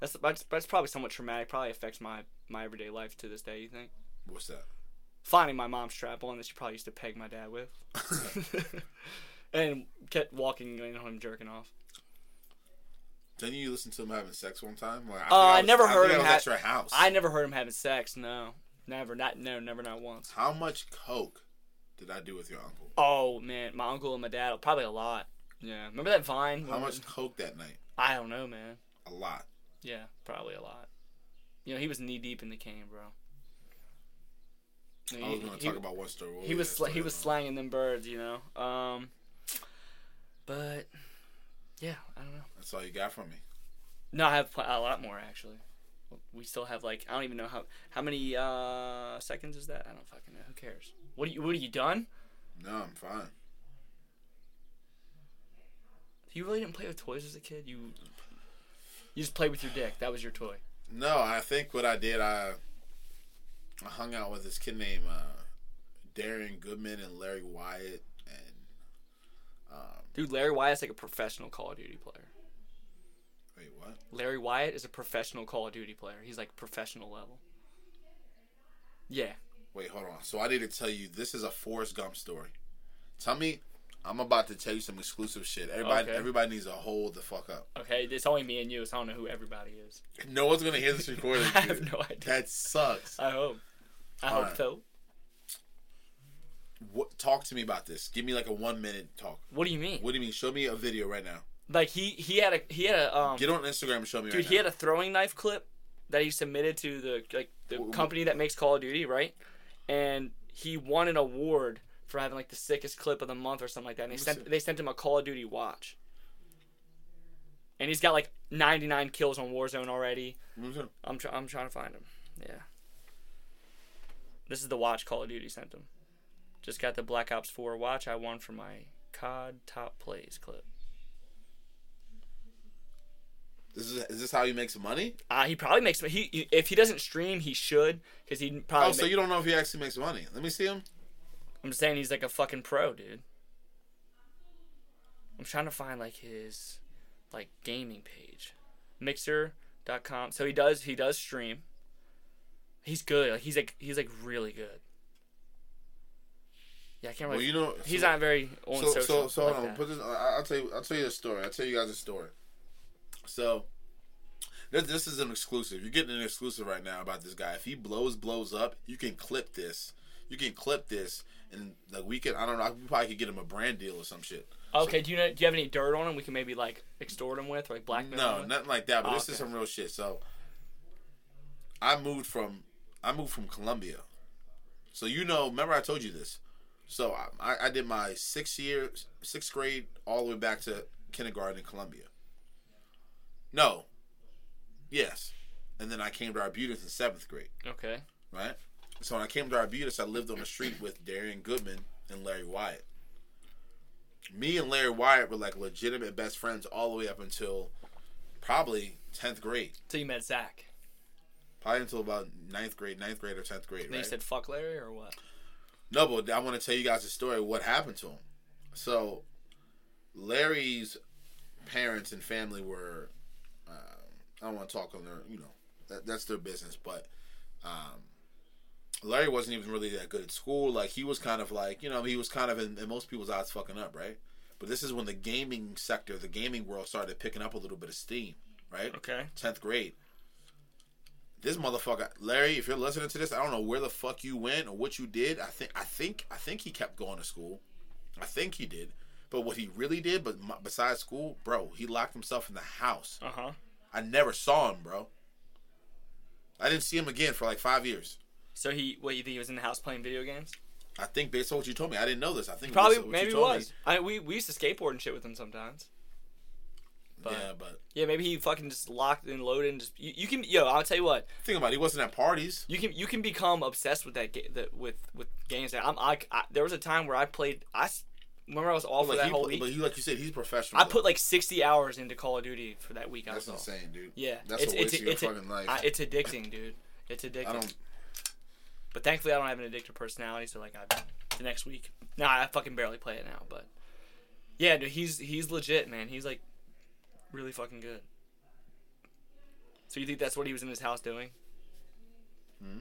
Speaker 1: that's that's, that's probably somewhat traumatic. Probably affects my my everyday life to this day. You think
Speaker 2: What's that?
Speaker 1: finding my mom's strap on that she probably used to peg my dad with, and kept walking in on him jerking off.
Speaker 2: Didn't you listen to him having sex one time? Like, I, think
Speaker 1: Uh, I
Speaker 2: was-
Speaker 1: never
Speaker 2: think
Speaker 1: heard
Speaker 2: I
Speaker 1: him
Speaker 2: was
Speaker 1: ha-
Speaker 2: at your house.
Speaker 1: I never heard him having sex. No, never. Not no, never. Not once.
Speaker 2: How much coke did I do with your uncle?
Speaker 1: Oh man, my uncle and my dad probably a lot. Yeah, remember that vine?
Speaker 2: How much coke that night?
Speaker 1: I don't know, man.
Speaker 2: A lot.
Speaker 1: Yeah, probably a lot. You know, he was knee deep in the cane, bro.
Speaker 2: I was going to
Speaker 1: he,
Speaker 2: talk about uh, one story. What
Speaker 1: he was
Speaker 2: that
Speaker 1: sl-
Speaker 2: story
Speaker 1: he was
Speaker 2: about?
Speaker 1: slanging them birds, you know. Um, but yeah, I don't know.
Speaker 2: That's all you got from me.
Speaker 1: No, I have pl- a lot more actually. We still have like I don't even know how how many uh, seconds is that? I don't fucking know. Who cares? What are you What are you done?
Speaker 2: No, I'm fine.
Speaker 1: You really didn't play with toys as a kid. You you just played with your dick. That was your toy.
Speaker 2: No, I think what I did, I, I hung out with this kid named uh, Darren Goodman and Larry Wyatt, and um,
Speaker 1: Dude, Larry Wyatt's like a professional Call of Duty player.
Speaker 2: wait, what?
Speaker 1: Larry Wyatt is a professional Call of Duty player. He's like professional level. Yeah.
Speaker 2: Wait, hold on. So I need to tell you, this is a Forrest Gump story. Tell me, I'm about to tell you some exclusive shit. Everybody,
Speaker 1: Okay.
Speaker 2: everybody needs to hold the fuck up.
Speaker 1: Okay, it's only me and you, so I don't know who everybody is.
Speaker 2: No one's gonna hear this recording.
Speaker 1: I have
Speaker 2: dude.
Speaker 1: no idea.
Speaker 2: That sucks.
Speaker 1: I hope. I
Speaker 2: All
Speaker 1: hope
Speaker 2: right.
Speaker 1: so.
Speaker 2: What, talk to me about this. Give me like a one minute talk.
Speaker 1: What do you mean?
Speaker 2: What do you mean? Show me a video right now.
Speaker 1: Like he he had a he had a um
Speaker 2: Get on Instagram and show me.
Speaker 1: dude
Speaker 2: right
Speaker 1: he
Speaker 2: now.
Speaker 1: had a throwing knife clip that he submitted to the like the
Speaker 2: Wh- wh-
Speaker 1: company that makes Call of Duty, right? And he won an award for having like the sickest clip of the month or something like that. And they
Speaker 2: me
Speaker 1: sent
Speaker 2: see.
Speaker 1: they sent him a Call of Duty watch. And he's got like 99 kills on Warzone already. I'm try- I'm trying to find him. Yeah. This is the watch Call of Duty sent him. Just got the Black Ops 4 watch I won for my COD top plays clip.
Speaker 2: This is is this how you make some money?
Speaker 1: Uh, he probably makes he if he doesn't stream he should because he probably.
Speaker 2: Oh, so
Speaker 1: make-
Speaker 2: you don't know if he actually makes money? Let me see him.
Speaker 1: I'm saying he's like a fucking pro, dude. I'm trying to find like his like gaming page. Mixer.com. So he does he does stream. He's good. Like he's like he's like really good. Yeah, I can't
Speaker 2: Well,
Speaker 1: really
Speaker 2: you know,
Speaker 1: He's
Speaker 2: so-
Speaker 1: not very on
Speaker 2: so,
Speaker 1: social.
Speaker 2: So, so
Speaker 1: like
Speaker 2: hold on.
Speaker 1: that.
Speaker 2: Put this. I- I'll tell you. I'll tell you a story. I'll tell you guys a story. So, this, this is an exclusive. You're getting an exclusive right now about this guy. If he blows, blows up, you can clip this. You can clip this, and like we can. I don't know. I probably could get him a brand deal or some shit.
Speaker 1: okay, do you know do you have any dirt on him we can maybe like extort him with or like blackmail him?
Speaker 2: No,
Speaker 1: with?
Speaker 2: nothing like that. But
Speaker 1: Oh,
Speaker 2: this is
Speaker 1: okay.
Speaker 2: some real shit. So, I moved from I moved from Colombia. So you know, remember I told you this. So I- I, I did my six year sixth grade all the way back to kindergarten in Colombia. No. Yes. And then I came to Arbutus in seventh grade,
Speaker 1: Okay.
Speaker 2: right? So when I came to Arbutus, I lived on the street with Darian Goodman and Larry Wyatt. Me and Larry Wyatt were like legitimate best friends all the way up until probably tenth grade.
Speaker 1: So you met Zach.
Speaker 2: Probably until about ninth grade, ninth grade or tenth grade,
Speaker 1: Then
Speaker 2: right?
Speaker 1: you said fuck Larry or what?
Speaker 2: No, but I want to tell you guys a story of what happened to him. So, Larry's parents and family were. Um, I don't want to talk on their, you know, that, that's their business. But um, Larry wasn't even really that good at school. Like he was kind of like, you know, he was kind of in, in most people's eyes fucking up, right? But this is when the gaming sector, the gaming world, started picking up a little bit of steam, right?
Speaker 1: Okay.
Speaker 2: 10th grade. This motherfucker, Larry, if you're listening to this, I don't know where the fuck you went or what you did. I think I think I think he kept going to school. I think he did. But what he really did, but m- besides school, bro, he locked himself in the house.
Speaker 1: Uh-huh.
Speaker 2: I never saw him, bro. I didn't see him again for like 5 years.
Speaker 1: So he what you think he was in the house playing video games?
Speaker 2: I think based on what you told me, I didn't know this. I think
Speaker 1: Probably
Speaker 2: based on what you
Speaker 1: maybe
Speaker 2: told me-
Speaker 1: was. I we we used to skateboard and shit with him sometimes. But
Speaker 2: yeah,
Speaker 1: yeah,
Speaker 2: but
Speaker 1: maybe he fucking just locked and loaded and just you, you can yo, I'll tell you what.
Speaker 2: think about it. He wasn't at parties.
Speaker 1: You can you can become obsessed with that, ga- that with with games. That I'm I, I there was a time where I played I s- remember I was off for
Speaker 2: Like
Speaker 1: that
Speaker 2: he,
Speaker 1: whole
Speaker 2: pl-
Speaker 1: week.
Speaker 2: but he, like you said, he's a professional.
Speaker 1: I put like 60 hours into Call of Duty for that week. I
Speaker 2: that's
Speaker 1: was off.
Speaker 2: insane, dude.
Speaker 1: Yeah,
Speaker 2: that's a waste of your fucking life.
Speaker 1: I, it's addicting, dude. It's addicting.
Speaker 2: I don't.
Speaker 1: But thankfully, I don't have an addictive personality, so like, I the next week. No, I fucking barely play it now, but yeah, dude, he's he's legit, man. He's like really fucking good. So you think that's what he was in his house doing?
Speaker 2: Hmm?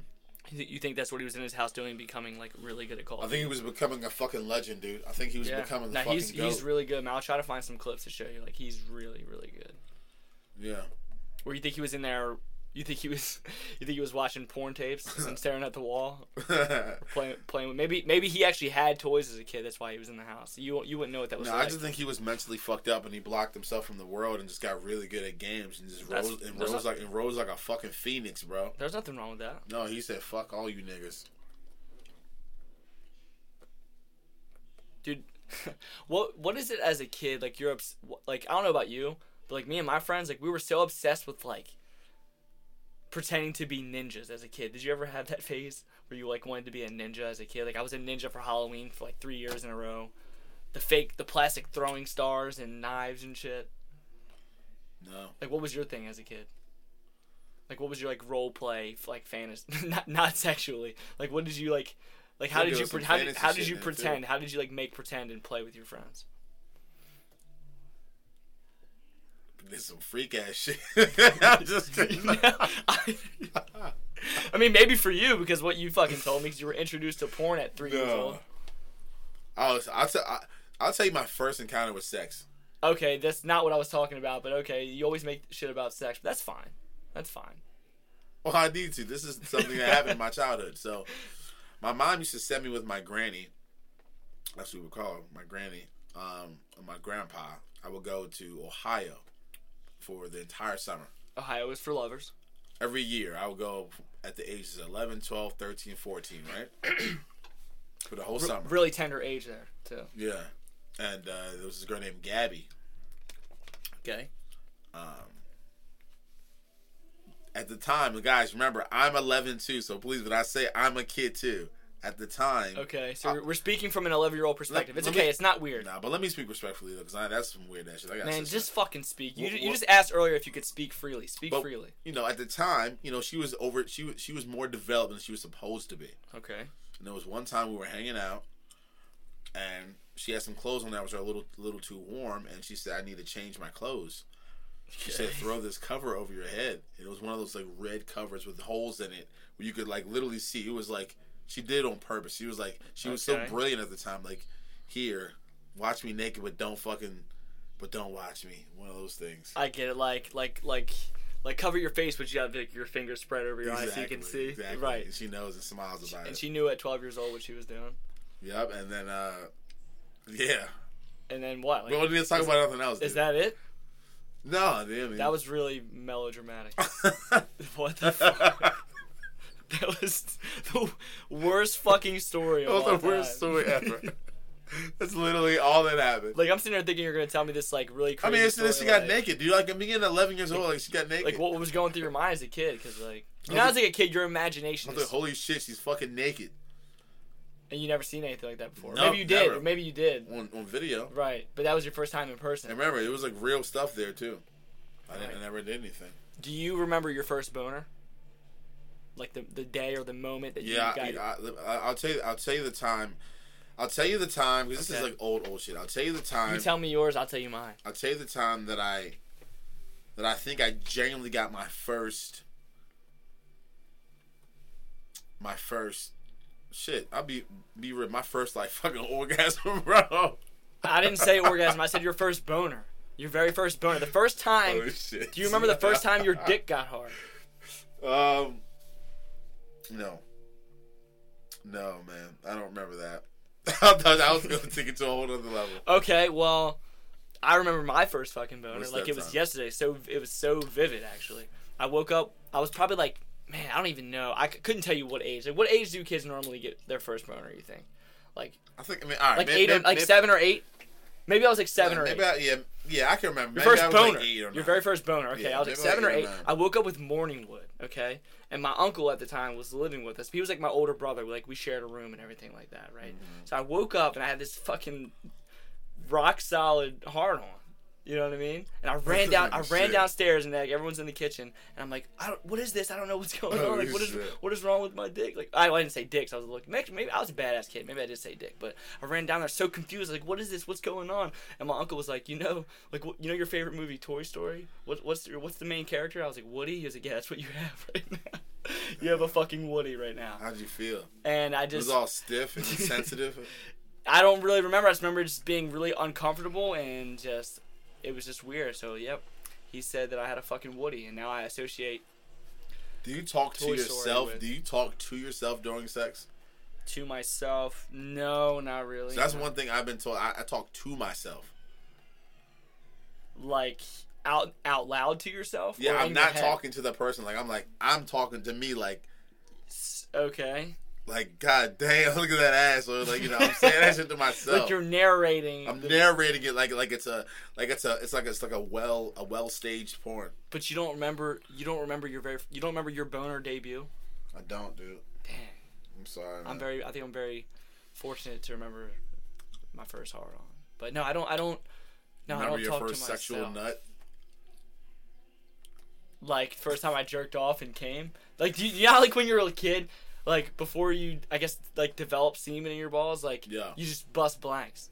Speaker 1: You, thi- you think that's what he was in his house doing, becoming like really good at Call
Speaker 2: I
Speaker 1: of
Speaker 2: think he was becoming a fucking legend, dude. I think he was
Speaker 1: Duty? Yeah.
Speaker 2: becoming the
Speaker 1: Nah,
Speaker 2: fucking
Speaker 1: he's
Speaker 2: goat.
Speaker 1: he's really good, man. I'll try to find some clips to show you. Like he's really really good.
Speaker 2: yeah.
Speaker 1: Or you think he was in there? You think he was? You think he was watching porn tapes and staring at the wall, playing playing with maybe maybe he actually had toys as a kid. That's why he was in the house. You you wouldn't know what that was.
Speaker 2: no,
Speaker 1: like.
Speaker 2: I just think he was mentally fucked up, and he blocked himself from the world, and just got really good at games, and just
Speaker 1: That's-
Speaker 2: rose and
Speaker 1: there's
Speaker 2: rose
Speaker 1: a-
Speaker 2: like and rose like a fucking phoenix, bro.
Speaker 1: There's nothing wrong with that.
Speaker 2: No, he said, "Fuck all you niggas."
Speaker 1: dude what what is it as a kid like you're obs- wh- like i don't know about you but like me and my friends like we were so obsessed with like pretending to be ninjas as a kid did you ever have that phase where you like wanted to be a ninja as a kid like i was a ninja for halloween for like three years in a row the fake, the plastic throwing stars and knives and shit?
Speaker 2: No.
Speaker 1: Like, what was your thing as a kid? Like, what was your like role play, f- like fantasy, not not sexually? Like, what did you like? Like, how
Speaker 2: There
Speaker 1: did you
Speaker 2: was some
Speaker 1: pre- how did,
Speaker 2: fantasy
Speaker 1: how did
Speaker 2: shit
Speaker 1: you
Speaker 2: in it, too.
Speaker 1: pretend? How did you like make pretend and play with your friends?
Speaker 2: There's some freak ass shit. I'm just kidding.
Speaker 1: I I mean, maybe for you because what you fucking told me because you were introduced to porn at three years old.
Speaker 2: No. I was, I'll, t- I, I'll tell you my first encounter with sex.
Speaker 1: Okay, that's not what I was talking about, but okay, you always make shit about sex, but that's fine. That's fine.
Speaker 2: Well, Oh, I need to. This is something that happened in my childhood. So, my mom used to send me with my granny. That's what we would call her, my granny. Um, and my grandpa. I would go to Ohio for the entire summer.
Speaker 1: Ohio is for lovers.
Speaker 2: Every year, I would go at the ages of 11, 12, 13, 14, right? for the whole summer.
Speaker 1: Really tender age there too.
Speaker 2: Yeah. And uh, there was this girl named Gabby. Um,
Speaker 1: Okay.
Speaker 2: at the time, and guys, remember, I'm 11 too, so please, when I say I'm a kid too, at the time.
Speaker 1: Okay, so we're- we're speaking from an eleven-year-old perspective. It's
Speaker 2: Uh, let
Speaker 1: okay.
Speaker 2: me-
Speaker 1: it's not weird.
Speaker 2: Nah, but let me speak respectfully though, because that's some weird ass shit. I got
Speaker 1: Man,
Speaker 2: sisters.
Speaker 1: just fucking speak. You,
Speaker 2: Wha-
Speaker 1: you
Speaker 2: wha-
Speaker 1: just asked earlier if you could speak freely. Speak
Speaker 2: But,
Speaker 1: freely.
Speaker 2: You know, at the time, you know, she was over. She was she was more developed than she was supposed to be.
Speaker 1: Okay.
Speaker 2: And there was one time we were hanging out, and she had some clothes on that was a little little too warm, and she said, "I need to change my clothes." She said, "Throw this cover over your head." And it was one of those like red covers with holes in it, where you could like literally see. It was like she did it on purpose. She was like she was so
Speaker 1: Okay.
Speaker 2: brilliant at the time. Like, here, watch me naked, but don't fucking, but don't watch me. One of those things.
Speaker 1: I get it. Like, like, like, like, cover your face, but you have like, your fingers spread over your eyes so you can see.
Speaker 2: Exactly.
Speaker 1: Right.
Speaker 2: And she knows and smiles about
Speaker 1: And
Speaker 2: it.
Speaker 1: she knew at 12 years old what she was doing.
Speaker 2: yep. And then, uh, yeah.
Speaker 1: And then what? Like,
Speaker 2: We don't need to talk about nothing else.
Speaker 1: is
Speaker 2: dude.
Speaker 1: that it?
Speaker 2: No, dude, I mean,
Speaker 1: That was really melodramatic. what the fuck?
Speaker 2: that
Speaker 1: That was the worst fucking story of
Speaker 2: was
Speaker 1: all
Speaker 2: the worst
Speaker 1: time.
Speaker 2: story ever. That's literally all that happened.
Speaker 1: Like, I'm sitting there thinking you're going to tell me this, like, really
Speaker 2: I
Speaker 1: crazy
Speaker 2: mean, as soon as she
Speaker 1: story,
Speaker 2: got
Speaker 1: like-
Speaker 2: naked, dude. Like, I'm being 11 years old, like she got naked.
Speaker 1: Like, what was going through your mind as a kid? Because, like, you
Speaker 2: I
Speaker 1: know,
Speaker 2: was
Speaker 1: as like a kid, your imagination
Speaker 2: I
Speaker 1: is
Speaker 2: was like, holy shit, she's fucking naked
Speaker 1: and you never seen anything like that before.
Speaker 2: No,
Speaker 1: maybe you did,
Speaker 2: never.
Speaker 1: or maybe you did.
Speaker 2: on, on video.
Speaker 1: Right, but that was your first time in person.
Speaker 2: And remember, it was like real stuff there too. I didn't.
Speaker 1: Right.
Speaker 2: I never did anything.
Speaker 1: Do you remember your first boner? Like the the day or the moment that
Speaker 2: Yeah,
Speaker 1: you got
Speaker 2: I,
Speaker 1: it?
Speaker 2: I, I'll tell you. I'll tell you the time. I'll tell you the time because this is
Speaker 1: Okay.
Speaker 2: like old, old shit. I'll tell you the
Speaker 1: You
Speaker 2: time.
Speaker 1: tell me yours, I'll tell you mine.
Speaker 2: I'll tell you the time that I that I think I genuinely got my first my first shit. I'll be be real. My first like fucking orgasm, bro.
Speaker 1: I didn't say orgasm. I said your first boner. Your very first boner. The first time.
Speaker 2: Oh, shit.
Speaker 1: Do you remember the first time your dick got hard?
Speaker 2: Um, no, no, man, I don't remember that. I thought I was gonna take it to a whole other level.
Speaker 1: Okay, well, I remember my first fucking boner.
Speaker 2: What's
Speaker 1: like
Speaker 2: that
Speaker 1: it was
Speaker 2: time?
Speaker 1: yesterday. So it was so vivid actually. I woke up. I was probably like, man, I don't even know. I c- couldn't tell you what age. Like, what age do kids normally get their first boner? You think? Like
Speaker 2: I think. I mean, all right,
Speaker 1: like
Speaker 2: may-
Speaker 1: eight
Speaker 2: may-
Speaker 1: or like
Speaker 2: may-
Speaker 1: seven or eight. Maybe I was like seven or
Speaker 2: Uh, maybe
Speaker 1: eight.
Speaker 2: I- yeah, yeah, I can remember.
Speaker 1: Your
Speaker 2: Maybe I
Speaker 1: first
Speaker 2: was like
Speaker 1: boner.
Speaker 2: eight or
Speaker 1: Your
Speaker 2: nine.
Speaker 1: very first boner. Okay,
Speaker 2: Yeah,
Speaker 1: I was like
Speaker 2: maybe like
Speaker 1: seven or
Speaker 2: eight or
Speaker 1: eight.
Speaker 2: nine.
Speaker 1: I woke up with morning wood. Okay, and my uncle at the time was living with us. He was like my older brother. Like we shared a room and everything like that, right?
Speaker 2: Mm-hmm.
Speaker 1: So I woke up and I had this fucking rock solid hard on. You know what I mean? And I ran down. I
Speaker 2: Oh,
Speaker 1: ran
Speaker 2: shit.
Speaker 1: downstairs and like everyone's in the kitchen and I'm like, I don't, what is this? I don't know what's going
Speaker 2: Oh,
Speaker 1: on. Like what is
Speaker 2: shit.
Speaker 1: what is wrong with my dick? Like I, I didn't say dicks. I was like, maybe, maybe I was a badass kid. Maybe I did say dick, but I ran down there so confused. Like what is this? What's going on? And my uncle was like, you know, like what, you know your favorite movie, Toy Story. What, what's your, what's the main character? I was like Woody. He was like, yeah, that's what you have right now. you have a fucking Woody right now.
Speaker 2: How'd you feel?
Speaker 1: And I
Speaker 2: It was
Speaker 1: just
Speaker 2: all stiff and sensitive.
Speaker 1: I don't really remember. I just remember just being really uncomfortable and just it was just weird. So yep, he said that I had a fucking Woody, and now I associate
Speaker 2: Do you talk to
Speaker 1: Toy Story
Speaker 2: yourself?
Speaker 1: with-
Speaker 2: Do you talk to yourself during sex?
Speaker 1: to myself, no, not really.
Speaker 2: So that's one thing I've been told. I, I talk to myself.
Speaker 1: Like out out loud to yourself.
Speaker 2: Yeah,
Speaker 1: or in
Speaker 2: I'm
Speaker 1: your
Speaker 2: not
Speaker 1: head?
Speaker 2: talking to the person. Like I'm like I'm talking to me. Like
Speaker 1: S- Okay,
Speaker 2: like god damn, look at that ass. Or like you know, I'm saying that shit to myself.
Speaker 1: like you're narrating,
Speaker 2: I'm
Speaker 1: the-
Speaker 2: narrating it like like it's a like it's a it's like it's like a well a well staged porn.
Speaker 1: but you don't remember. You don't remember your very. You don't remember your boner debut.
Speaker 2: I don't, dude.
Speaker 1: Dang,
Speaker 2: I'm sorry.
Speaker 1: I'm
Speaker 2: man.
Speaker 1: very. I think I'm very fortunate to remember my first hard on. But no, I don't. I don't. No,
Speaker 2: Remember
Speaker 1: I don't
Speaker 2: your
Speaker 1: talk
Speaker 2: first
Speaker 1: to myself.
Speaker 2: sexual nut?
Speaker 1: Like first time I jerked off and came. Like do you, you know, how, like when you're a kid, like before you, I guess, like develop semen in your balls. Like
Speaker 2: Yeah.
Speaker 1: you just bust blanks.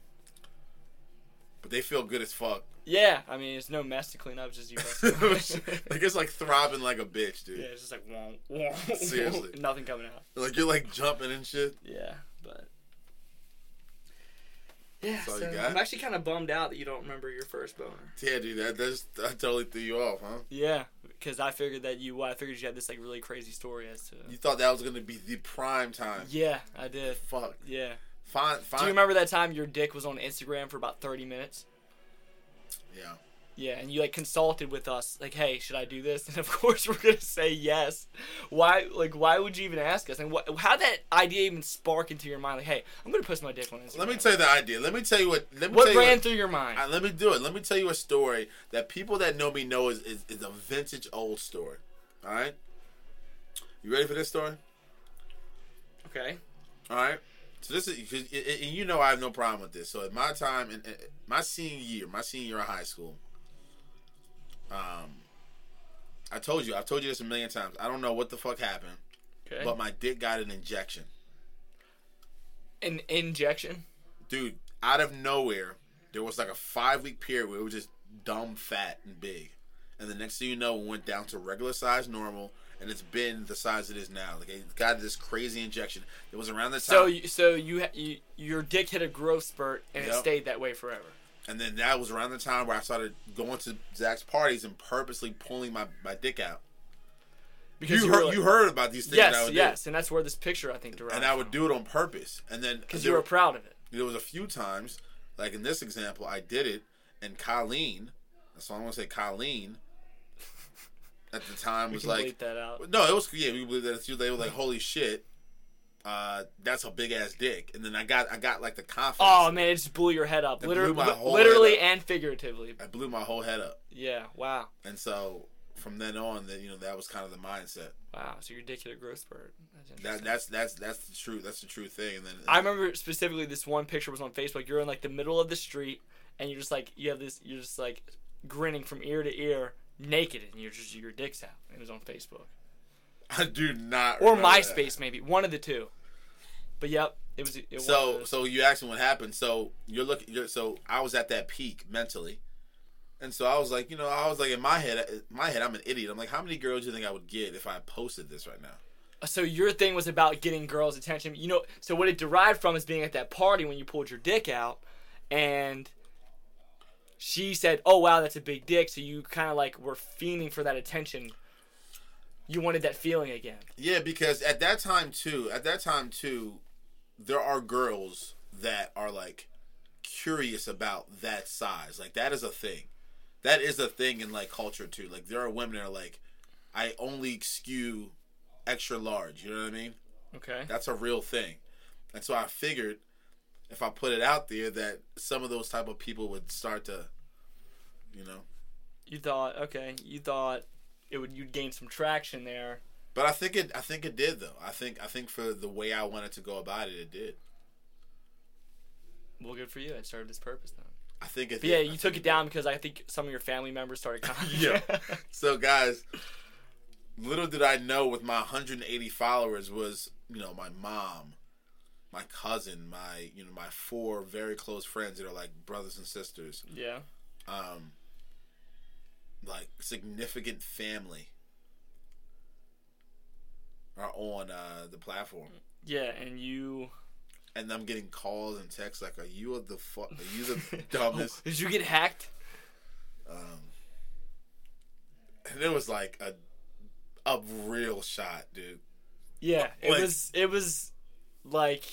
Speaker 2: But they feel good as fuck.
Speaker 1: Yeah, I mean, it's no mess to clean up. It's just you bust. blanks.
Speaker 2: like it's like throbbing like a bitch, dude.
Speaker 1: yeah, it's just like wah, wah,
Speaker 2: Seriously.
Speaker 1: nothing coming out.
Speaker 2: Like you're like jumping and shit.
Speaker 1: Yeah, but. Yeah,
Speaker 2: all you
Speaker 1: so
Speaker 2: got?
Speaker 1: I'm actually kind of bummed out that you don't remember your first boner.
Speaker 2: Yeah, dude, that that's, that totally threw you off, huh?
Speaker 1: Yeah, because I figured that you. I figured you had this like really crazy story as to.
Speaker 2: You thought that was gonna be the prime time.
Speaker 1: Yeah, I did.
Speaker 2: Fuck.
Speaker 1: Yeah.
Speaker 2: Fine, fine.
Speaker 1: Do you remember that time your dick was on Instagram for about 30 minutes?
Speaker 2: Yeah.
Speaker 1: Yeah, and you like consulted with us, like, "Hey, should I do this?" And of course, we're gonna say yes. Why? Like, why would you even ask us? And what? How that idea even spark into your mind? Like, hey, I'm gonna post my dick on Instagram.
Speaker 2: Let me tell you the idea. Let me tell you what. Let me
Speaker 1: What
Speaker 2: tell you
Speaker 1: ran
Speaker 2: what-
Speaker 1: through your mind?
Speaker 2: Uh, let me do it. Let me tell you a story that people that know me know is, is, is a vintage old story. All right? You ready for this story?
Speaker 1: okay.
Speaker 2: All right? So this is, 'cause- and- and you know I have no problem with this. So at my time, in, in my senior year, my senior year of high school, um, I told you, I've told you this a million times. I don't know what the fuck happened,
Speaker 1: Okay.
Speaker 2: but my dick got an injection.
Speaker 1: An injection.
Speaker 2: Dude, out of nowhere, there was like a five week period where it was just dumb fat and big. And the next thing you know, it went down to regular size normal, and it's been the size it is now. Like, it got this crazy injection. It was around the time.
Speaker 1: So, you, so you, ha- you, your dick hit a growth spurt, and it
Speaker 2: Yep.
Speaker 1: stayed that way forever.
Speaker 2: And then that was around the time where I started going to Zach's parties and purposely pulling my, my dick out.
Speaker 1: Because
Speaker 2: You,
Speaker 1: you, were
Speaker 2: heard
Speaker 1: like-
Speaker 2: you heard about these things that I
Speaker 1: Yes,
Speaker 2: would
Speaker 1: yes, and that's where this picture I think
Speaker 2: do,
Speaker 1: derives.
Speaker 2: and I would do it on purpose. And then
Speaker 1: because
Speaker 2: there
Speaker 1: you were
Speaker 2: were-
Speaker 1: proud of it.
Speaker 2: there was a few times, like in this example, I did it, and Colleen, that's all I'm gonna say, Colleen, at the time
Speaker 1: We
Speaker 2: was
Speaker 1: can
Speaker 2: like,
Speaker 1: bleep that out.
Speaker 2: no, it was yeah, we believe that too. They were like, holy shit, uh, that's a big ass dick. And then I got I got like the confidence.
Speaker 1: Oh man, it just blew your head up,
Speaker 2: It
Speaker 1: literally,
Speaker 2: blew my whole
Speaker 1: literally
Speaker 2: head
Speaker 1: and figuratively.
Speaker 2: I blew my whole head up,
Speaker 1: Yeah, wow,
Speaker 2: and so from then on, that you know that was kind of the mindset.
Speaker 1: wow. So your dick hit a growth spurt. That's
Speaker 2: That
Speaker 1: interesting.
Speaker 2: that's that's that's the true that's the true thing. And then
Speaker 1: I remember specifically this one picture was on Facebook. You're in like the middle of the street, and you're just like you have this. You're just like grinning from ear to ear, naked, and you're just your dick's out. It was on Facebook.
Speaker 2: I do not
Speaker 1: or
Speaker 2: remember that.
Speaker 1: MySpace, maybe one of the two. But yep, it was. It
Speaker 2: So
Speaker 1: was,
Speaker 2: so you asked me what happened. So you're looking. You're, so I was at that peak mentally, and so I was like, you know, I was like in my head, in my head, I'm an idiot. I'm like, how many girls do you think I would get if I posted this right now?
Speaker 1: so your thing was about getting girls' attention. You know, so what it derived from is being at that party when you pulled your dick out, and she said, "Oh wow, that's a big dick." So you kind of like were fiending for that attention. You wanted that feeling again.
Speaker 2: Yeah, because at that time too, at that time too, there are girls that are like curious about that size. Like that is a thing. That is a thing in like culture too. Like there are women that are like, I only skew extra large. You know what I mean?
Speaker 1: Okay.
Speaker 2: That's a real thing. And so I figured if I put it out there that some of those type of people would start to, you know.
Speaker 1: You thought, okay, you thought it would you'd gain some traction there.
Speaker 2: But I think it. I think it did though. I think. I think for the way I wanted to go about it, it did.
Speaker 1: Well, good for you. It served its purpose then.
Speaker 2: I think it.
Speaker 1: But
Speaker 2: did.
Speaker 1: yeah,
Speaker 2: I
Speaker 1: you
Speaker 2: think
Speaker 1: took it down because I think some of your family members started commenting.
Speaker 2: Yeah. So guys, little did I know with my 180 followers was, you know, my mom, my cousin, my, you know, my four very close friends that are like brothers and sisters.
Speaker 1: yeah.
Speaker 2: Um like significant family are on uh the platform.
Speaker 1: Yeah, and you
Speaker 2: And I'm getting calls and texts like, "Are you the fuck? Are you the dumbest?"
Speaker 1: did you get hacked?
Speaker 2: Um, and it was like a a real shot, dude.
Speaker 1: Yeah, it
Speaker 2: Like-
Speaker 1: was it was like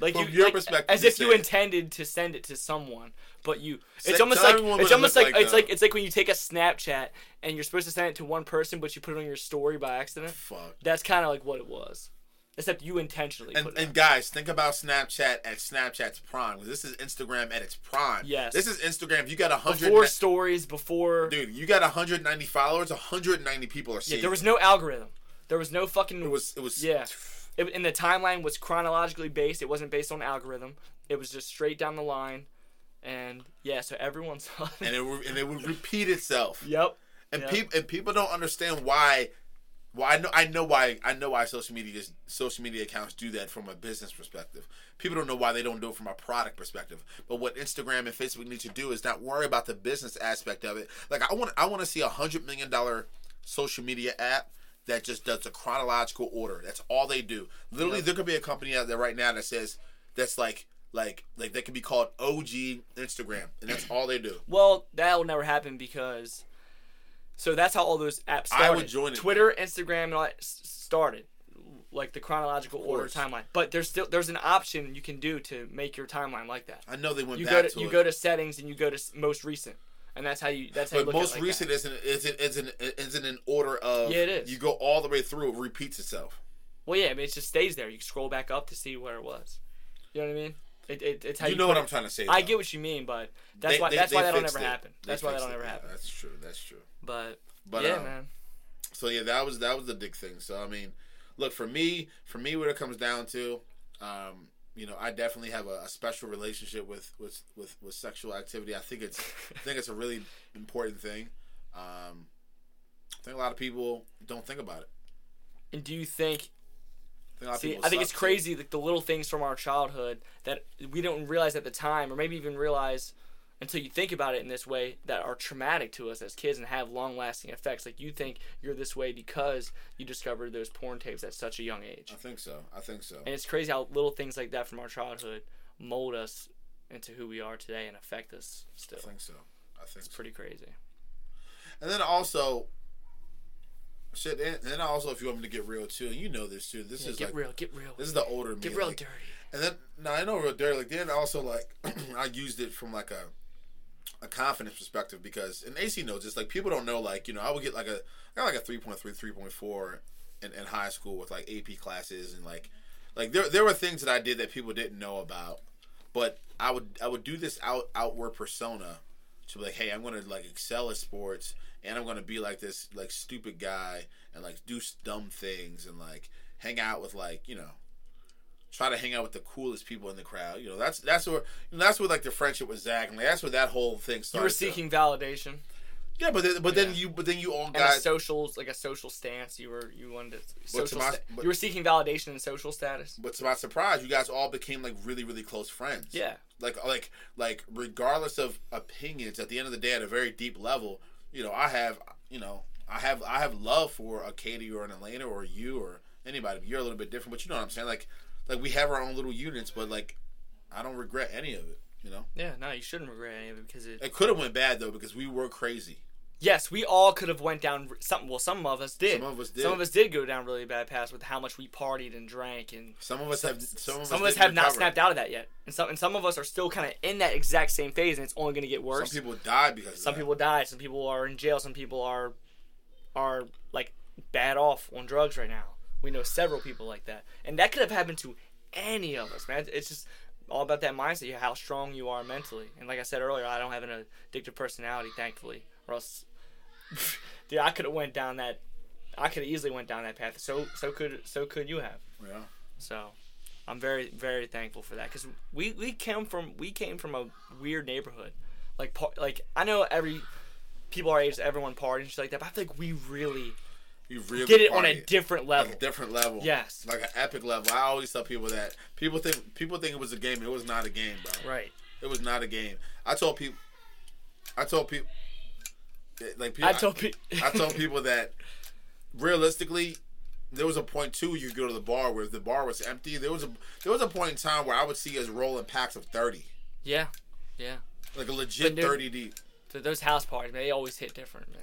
Speaker 1: like
Speaker 2: From
Speaker 1: you,
Speaker 2: your
Speaker 1: like,
Speaker 2: perspective,
Speaker 1: as if
Speaker 2: you
Speaker 1: you
Speaker 2: said-
Speaker 1: intended to send it to someone, but you it's
Speaker 2: Send-
Speaker 1: almost
Speaker 2: tell
Speaker 1: like
Speaker 2: everyone what
Speaker 1: it's
Speaker 2: it
Speaker 1: almost
Speaker 2: looked
Speaker 1: like,
Speaker 2: like,
Speaker 1: it's like
Speaker 2: though.
Speaker 1: it's like when you take a Snapchat and you're supposed to send it to one person, but you put it on your story by accident.
Speaker 2: Fuck.
Speaker 1: That's kind of like what it was, except you intentionally
Speaker 2: And,
Speaker 1: put it.
Speaker 2: and guys, think about Snapchat at Snapchat's prime. 'cause This is Instagram at its prime.
Speaker 1: Yes.
Speaker 2: This is Instagram. You got a
Speaker 1: out.
Speaker 2: hundred,
Speaker 1: before stories, before
Speaker 2: dude. You got hundred ninety followers. hundred ninety people are seeing.
Speaker 1: yeah, there was
Speaker 2: it.
Speaker 1: no algorithm, there was no fucking
Speaker 2: It was. It was.
Speaker 1: Yeah. It, and the timeline was chronologically based. It wasn't based on algorithm. It was just straight down the line. And yeah, so everyone saw it.
Speaker 2: and it would, and it would repeat itself.
Speaker 1: yep.
Speaker 2: And
Speaker 1: Yeah.
Speaker 2: people and people don't understand why. Well, I know I know why I know why social media just, social media accounts do that from a business perspective. People don't know why they don't do it from a product perspective. But what Instagram and Facebook need to do is not worry about the business aspect of it. Like I want I want to see a hundred million dollar social media app that just does a chronological order. That's all they do. Literally, there could be a company out there right now that says that's like like like that could be called OG Instagram, and that's all they do.
Speaker 1: Well, that will never happen because. So that's how all those apps
Speaker 2: I
Speaker 1: started.
Speaker 2: would join it.
Speaker 1: Twitter, Instagram, and all that s- started, like the chronological order
Speaker 2: course.
Speaker 1: timeline. But there's still there's an option you can do to make your timeline like that.
Speaker 2: I know they went
Speaker 1: You
Speaker 2: back
Speaker 1: go to,
Speaker 2: to
Speaker 1: you
Speaker 2: it.
Speaker 1: go to settings and you go to s- most recent, and that's how you that's how you look
Speaker 2: But
Speaker 1: at
Speaker 2: most
Speaker 1: it like
Speaker 2: recent
Speaker 1: that.
Speaker 2: isn't isn't isn't isn't in order of
Speaker 1: Yeah, it is.
Speaker 2: You go all the way through, it repeats itself.
Speaker 1: Well, yeah, I mean, it just stays there. You can scroll back up to see where it was. You know what I mean? It, it, it's how
Speaker 2: You,
Speaker 1: you,
Speaker 2: know what
Speaker 1: put
Speaker 2: I'm trying to say.
Speaker 1: it. I
Speaker 2: though.
Speaker 1: get what you mean, but that's
Speaker 2: They-
Speaker 1: why
Speaker 2: they-
Speaker 1: that's
Speaker 2: they
Speaker 1: why that'll
Speaker 2: fixed
Speaker 1: never
Speaker 2: it.
Speaker 1: happen.
Speaker 2: They
Speaker 1: That's why
Speaker 2: fixed
Speaker 1: that'll
Speaker 2: it.
Speaker 1: never
Speaker 2: Yeah,
Speaker 1: happen.
Speaker 2: That's true. That's true.
Speaker 1: But,
Speaker 2: But,
Speaker 1: yeah,
Speaker 2: um,
Speaker 1: man.
Speaker 2: So yeah, that was that was the big thing. So I mean, look for me, for me, what it comes down to, um, you know, I definitely have a, a special relationship with with with with sexual activity. I think it's I think it's a really important thing. Um, I think a lot of people don't think about it.
Speaker 1: And do you think
Speaker 2: I think, a lot of
Speaker 1: See,
Speaker 2: people
Speaker 1: I think
Speaker 2: suck
Speaker 1: it's
Speaker 2: too.
Speaker 1: crazy like the little things from our childhood that we don't realize at the time, or maybe even realize until you think about it in this way, that are traumatic to us as kids and have long-lasting effects. Like you think you're this way because you discovered those porn tapes at such a young age,
Speaker 2: I think so. I think so.
Speaker 1: and it's crazy how little things like that from our childhood mold us into who we are today and affect us still.
Speaker 2: I think so. I think so.
Speaker 1: Pretty crazy.
Speaker 2: And then also, shit. And and then also, if you want me to get real too, you know this too. This is
Speaker 1: Get
Speaker 2: like
Speaker 1: real. Get real.
Speaker 2: this is the older me.
Speaker 1: Get real
Speaker 2: like-
Speaker 1: dirty.
Speaker 2: and then no, I know real dirty. Like then also like I used it from like a a confidence perspective because and AC knows this. Like people don't know. Like you know, I would get like a I got like a 3.3, 3.4 in, in high school with like AP classes and like like there there were things that I did that people didn't know about, but I would I would do this out outward persona to be like, hey, I'm gonna like excel at sports and I'm gonna be like this like stupid guy and like do s- dumb things and like hang out with like you know try to hang out with the coolest people in the crowd. You know, that's that's where you know, that's where like the friendship with Zach and like, that's where that whole thing started.
Speaker 1: You were
Speaker 2: to-
Speaker 1: seeking validation
Speaker 2: yeah, but then, but then
Speaker 1: Yeah.
Speaker 2: you but then you all
Speaker 1: and a
Speaker 2: got
Speaker 1: social like a social stance. You were you wanted to social.
Speaker 2: my-
Speaker 1: sta-
Speaker 2: but-
Speaker 1: you were seeking validation in social status.
Speaker 2: but to my surprise, you guys all became like really really close friends.
Speaker 1: Yeah.
Speaker 2: like like like regardless of opinions at the end of the day at a very deep level you know i have you know i have i have love for a katie or an elena or you or anybody you're a little bit different but you know what i'm saying like like we have our own little units but like i don't regret any of it you know
Speaker 1: Yeah, no, you shouldn't regret any of it because it.
Speaker 2: it could have went bad though because we were crazy
Speaker 1: Yes, we all could have went down. r- Some well, some of us did.
Speaker 2: Some of us did.
Speaker 1: Some of us did go down really bad paths with how much we partied and drank, and
Speaker 2: some of us have some of us,
Speaker 1: some of us
Speaker 2: didn't
Speaker 1: have not
Speaker 2: recover.
Speaker 1: snapped out of that yet. And some and some of us are still kind of in that exact same phase, and it's only going to get
Speaker 2: some
Speaker 1: worse.
Speaker 2: people died because of
Speaker 1: Some
Speaker 2: that.
Speaker 1: people die. Some people are in jail. Some people are are like bad off on drugs right now. We know several people like that, and that could have happened to any of us, man. It's just all about that mindset, you- how strong you are mentally. And like I said earlier, I don't have an addictive personality, thankfully, or else, dude, I could have went down that. I could have easily went down that path. So so could so could you have.
Speaker 2: yeah
Speaker 1: So I'm very very thankful for that because we we came from we came from a weird neighborhood, like par- like I know every people our age everyone parties and shit like that, but I feel like we really
Speaker 2: you really
Speaker 1: did it on a
Speaker 2: partied.
Speaker 1: different level.
Speaker 2: Like a different level.
Speaker 1: Yes.
Speaker 2: Like an epic level. I always tell people that. People think people think it was a game. It was not a game, bro.
Speaker 1: right.
Speaker 2: It was not a game. I told people. I told people. Like people,
Speaker 1: I told people.
Speaker 2: I told people that realistically, there was a point too. You go to the bar where if the bar was empty. There was a there was a point in time where I would see us rolling packs of thirty,
Speaker 1: yeah, yeah.
Speaker 2: like a
Speaker 1: But
Speaker 2: legit
Speaker 1: dude-
Speaker 2: thirty deep.
Speaker 1: So those house parties, man, they always hit different, man.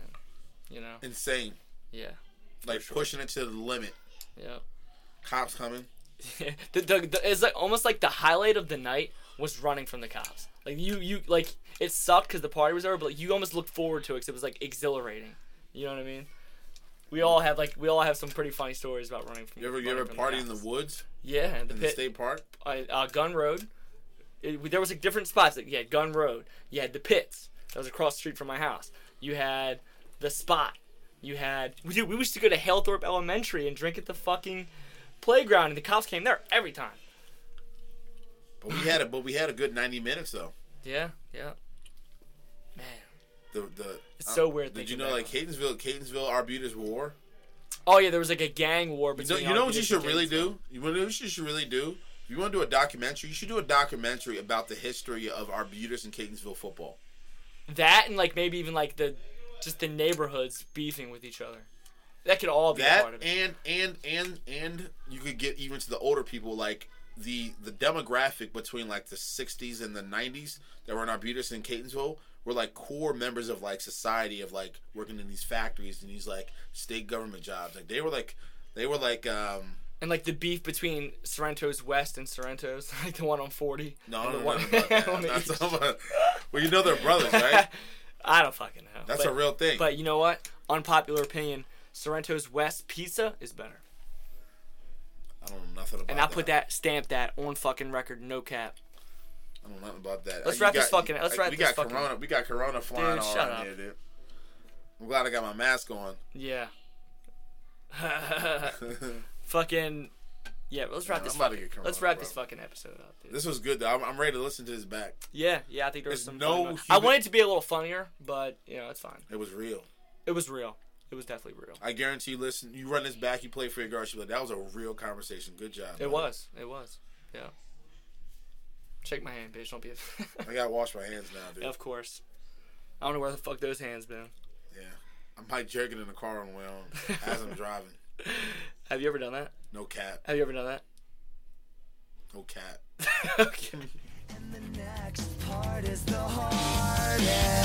Speaker 1: You know.
Speaker 2: Insane,
Speaker 1: Yeah.
Speaker 2: like pushing it to the limit.
Speaker 1: Yeah.
Speaker 2: Cops coming.
Speaker 1: the, the, the, it's like almost like the highlight of the night was running from the cops. Like you, you like it sucked because the party was over, but like, you almost looked forward to it because it was like exhilarating. You know what I mean? We all have like we all have some pretty funny stories about running from.
Speaker 2: You ever you
Speaker 1: running
Speaker 2: ever
Speaker 1: from
Speaker 2: party in the
Speaker 1: cops.
Speaker 2: woods
Speaker 1: Yeah, the
Speaker 2: in the
Speaker 1: pit,
Speaker 2: state park?
Speaker 1: uh, uh, Gun Road. It, there was like different spots. Like you had Gun Road, you had the pits. That was across the street from my house. You had the spot. You had we dude, we used to go to Halethorpe Elementary and drink at the fucking playground, and the cops came there every time.
Speaker 2: But we had a but we had a good ninety minutes though.
Speaker 1: Yeah, yeah. Man,
Speaker 2: The the uh,
Speaker 1: It's so weird
Speaker 2: Did
Speaker 1: thinking
Speaker 2: you know
Speaker 1: back
Speaker 2: like
Speaker 1: on
Speaker 2: Catonsville, Catonsville, Arbutus War?
Speaker 1: Oh yeah, there was like a gang war
Speaker 2: You know,
Speaker 1: between.
Speaker 2: you know what you
Speaker 1: Arbutus
Speaker 2: should
Speaker 1: and
Speaker 2: really
Speaker 1: Gainesville.
Speaker 2: do? You know what you should really do? If you want to do a documentary, you should do a documentary about the history of Arbutus and Catonsville football.
Speaker 1: That and like maybe even like the, just the neighborhoods beefing with each other. That could all be a part
Speaker 2: That
Speaker 1: of it.
Speaker 2: and and and and you could get even to the older people like the the demographic between like the 60s and the 90s that were in Arbutus and Catonsville were like core members of like society of like working in these factories and these like state government jobs. Like they were like they were like um
Speaker 1: And like the beef between Sorrento's West and Sorrento's, like the one on forty.
Speaker 2: no
Speaker 1: and
Speaker 2: no
Speaker 1: the
Speaker 2: no,
Speaker 1: one-
Speaker 2: no, no, no,
Speaker 1: on the
Speaker 2: that's
Speaker 1: east.
Speaker 2: not- well you know they're brothers right
Speaker 1: I don't fucking know.
Speaker 2: that's
Speaker 1: but,
Speaker 2: a real thing
Speaker 1: But you know what? Unpopular opinion: Sorrento's West pizza is better.
Speaker 2: I don't know nothing about
Speaker 1: And I
Speaker 2: that.
Speaker 1: put that stamp that on fucking record, no cap.
Speaker 2: I don't know nothing about that.
Speaker 1: Let's
Speaker 2: You
Speaker 1: wrap this
Speaker 2: got-
Speaker 1: fucking- let's
Speaker 2: I-
Speaker 1: wrap
Speaker 2: we
Speaker 1: this
Speaker 2: got
Speaker 1: fucking-
Speaker 2: Corona. We got Corona flying
Speaker 1: Dude,
Speaker 2: all
Speaker 1: shut
Speaker 2: around
Speaker 1: up.
Speaker 2: here, dude. I'm glad I got my mask on.
Speaker 1: Yeah. fucking yeah. Let's wrap
Speaker 2: I'm
Speaker 1: this.
Speaker 2: about to
Speaker 1: fucking-
Speaker 2: get corona,
Speaker 1: let's wrap
Speaker 2: bro.
Speaker 1: this fucking episode up, dude.
Speaker 2: This was good though. I'm, I'm ready to listen to this back.
Speaker 1: Yeah, yeah, I think there was
Speaker 2: There's
Speaker 1: some.
Speaker 2: no
Speaker 1: funny moments. I
Speaker 2: human-
Speaker 1: wanted it to be a little funnier, but you know, it's fine.
Speaker 2: It was real.
Speaker 1: It was real. It was definitely real.
Speaker 2: I guarantee you. Listen, you run this back. You play for your guard. She's like, that was a real conversation. Good job.
Speaker 1: It
Speaker 2: buddy."
Speaker 1: was. It was. Yeah. Shake my hand, bitch. Don't be. A-
Speaker 2: I gotta wash my hands now, dude.
Speaker 1: of course. I don't know where the fuck those hands been.
Speaker 2: Yeah. I'm like jerking in the car on the way home as I'm driving.
Speaker 1: Have you ever done that?
Speaker 2: No cap.
Speaker 1: Have you ever done that?
Speaker 2: No cap.
Speaker 1: okay.
Speaker 3: And the next part is the hardest.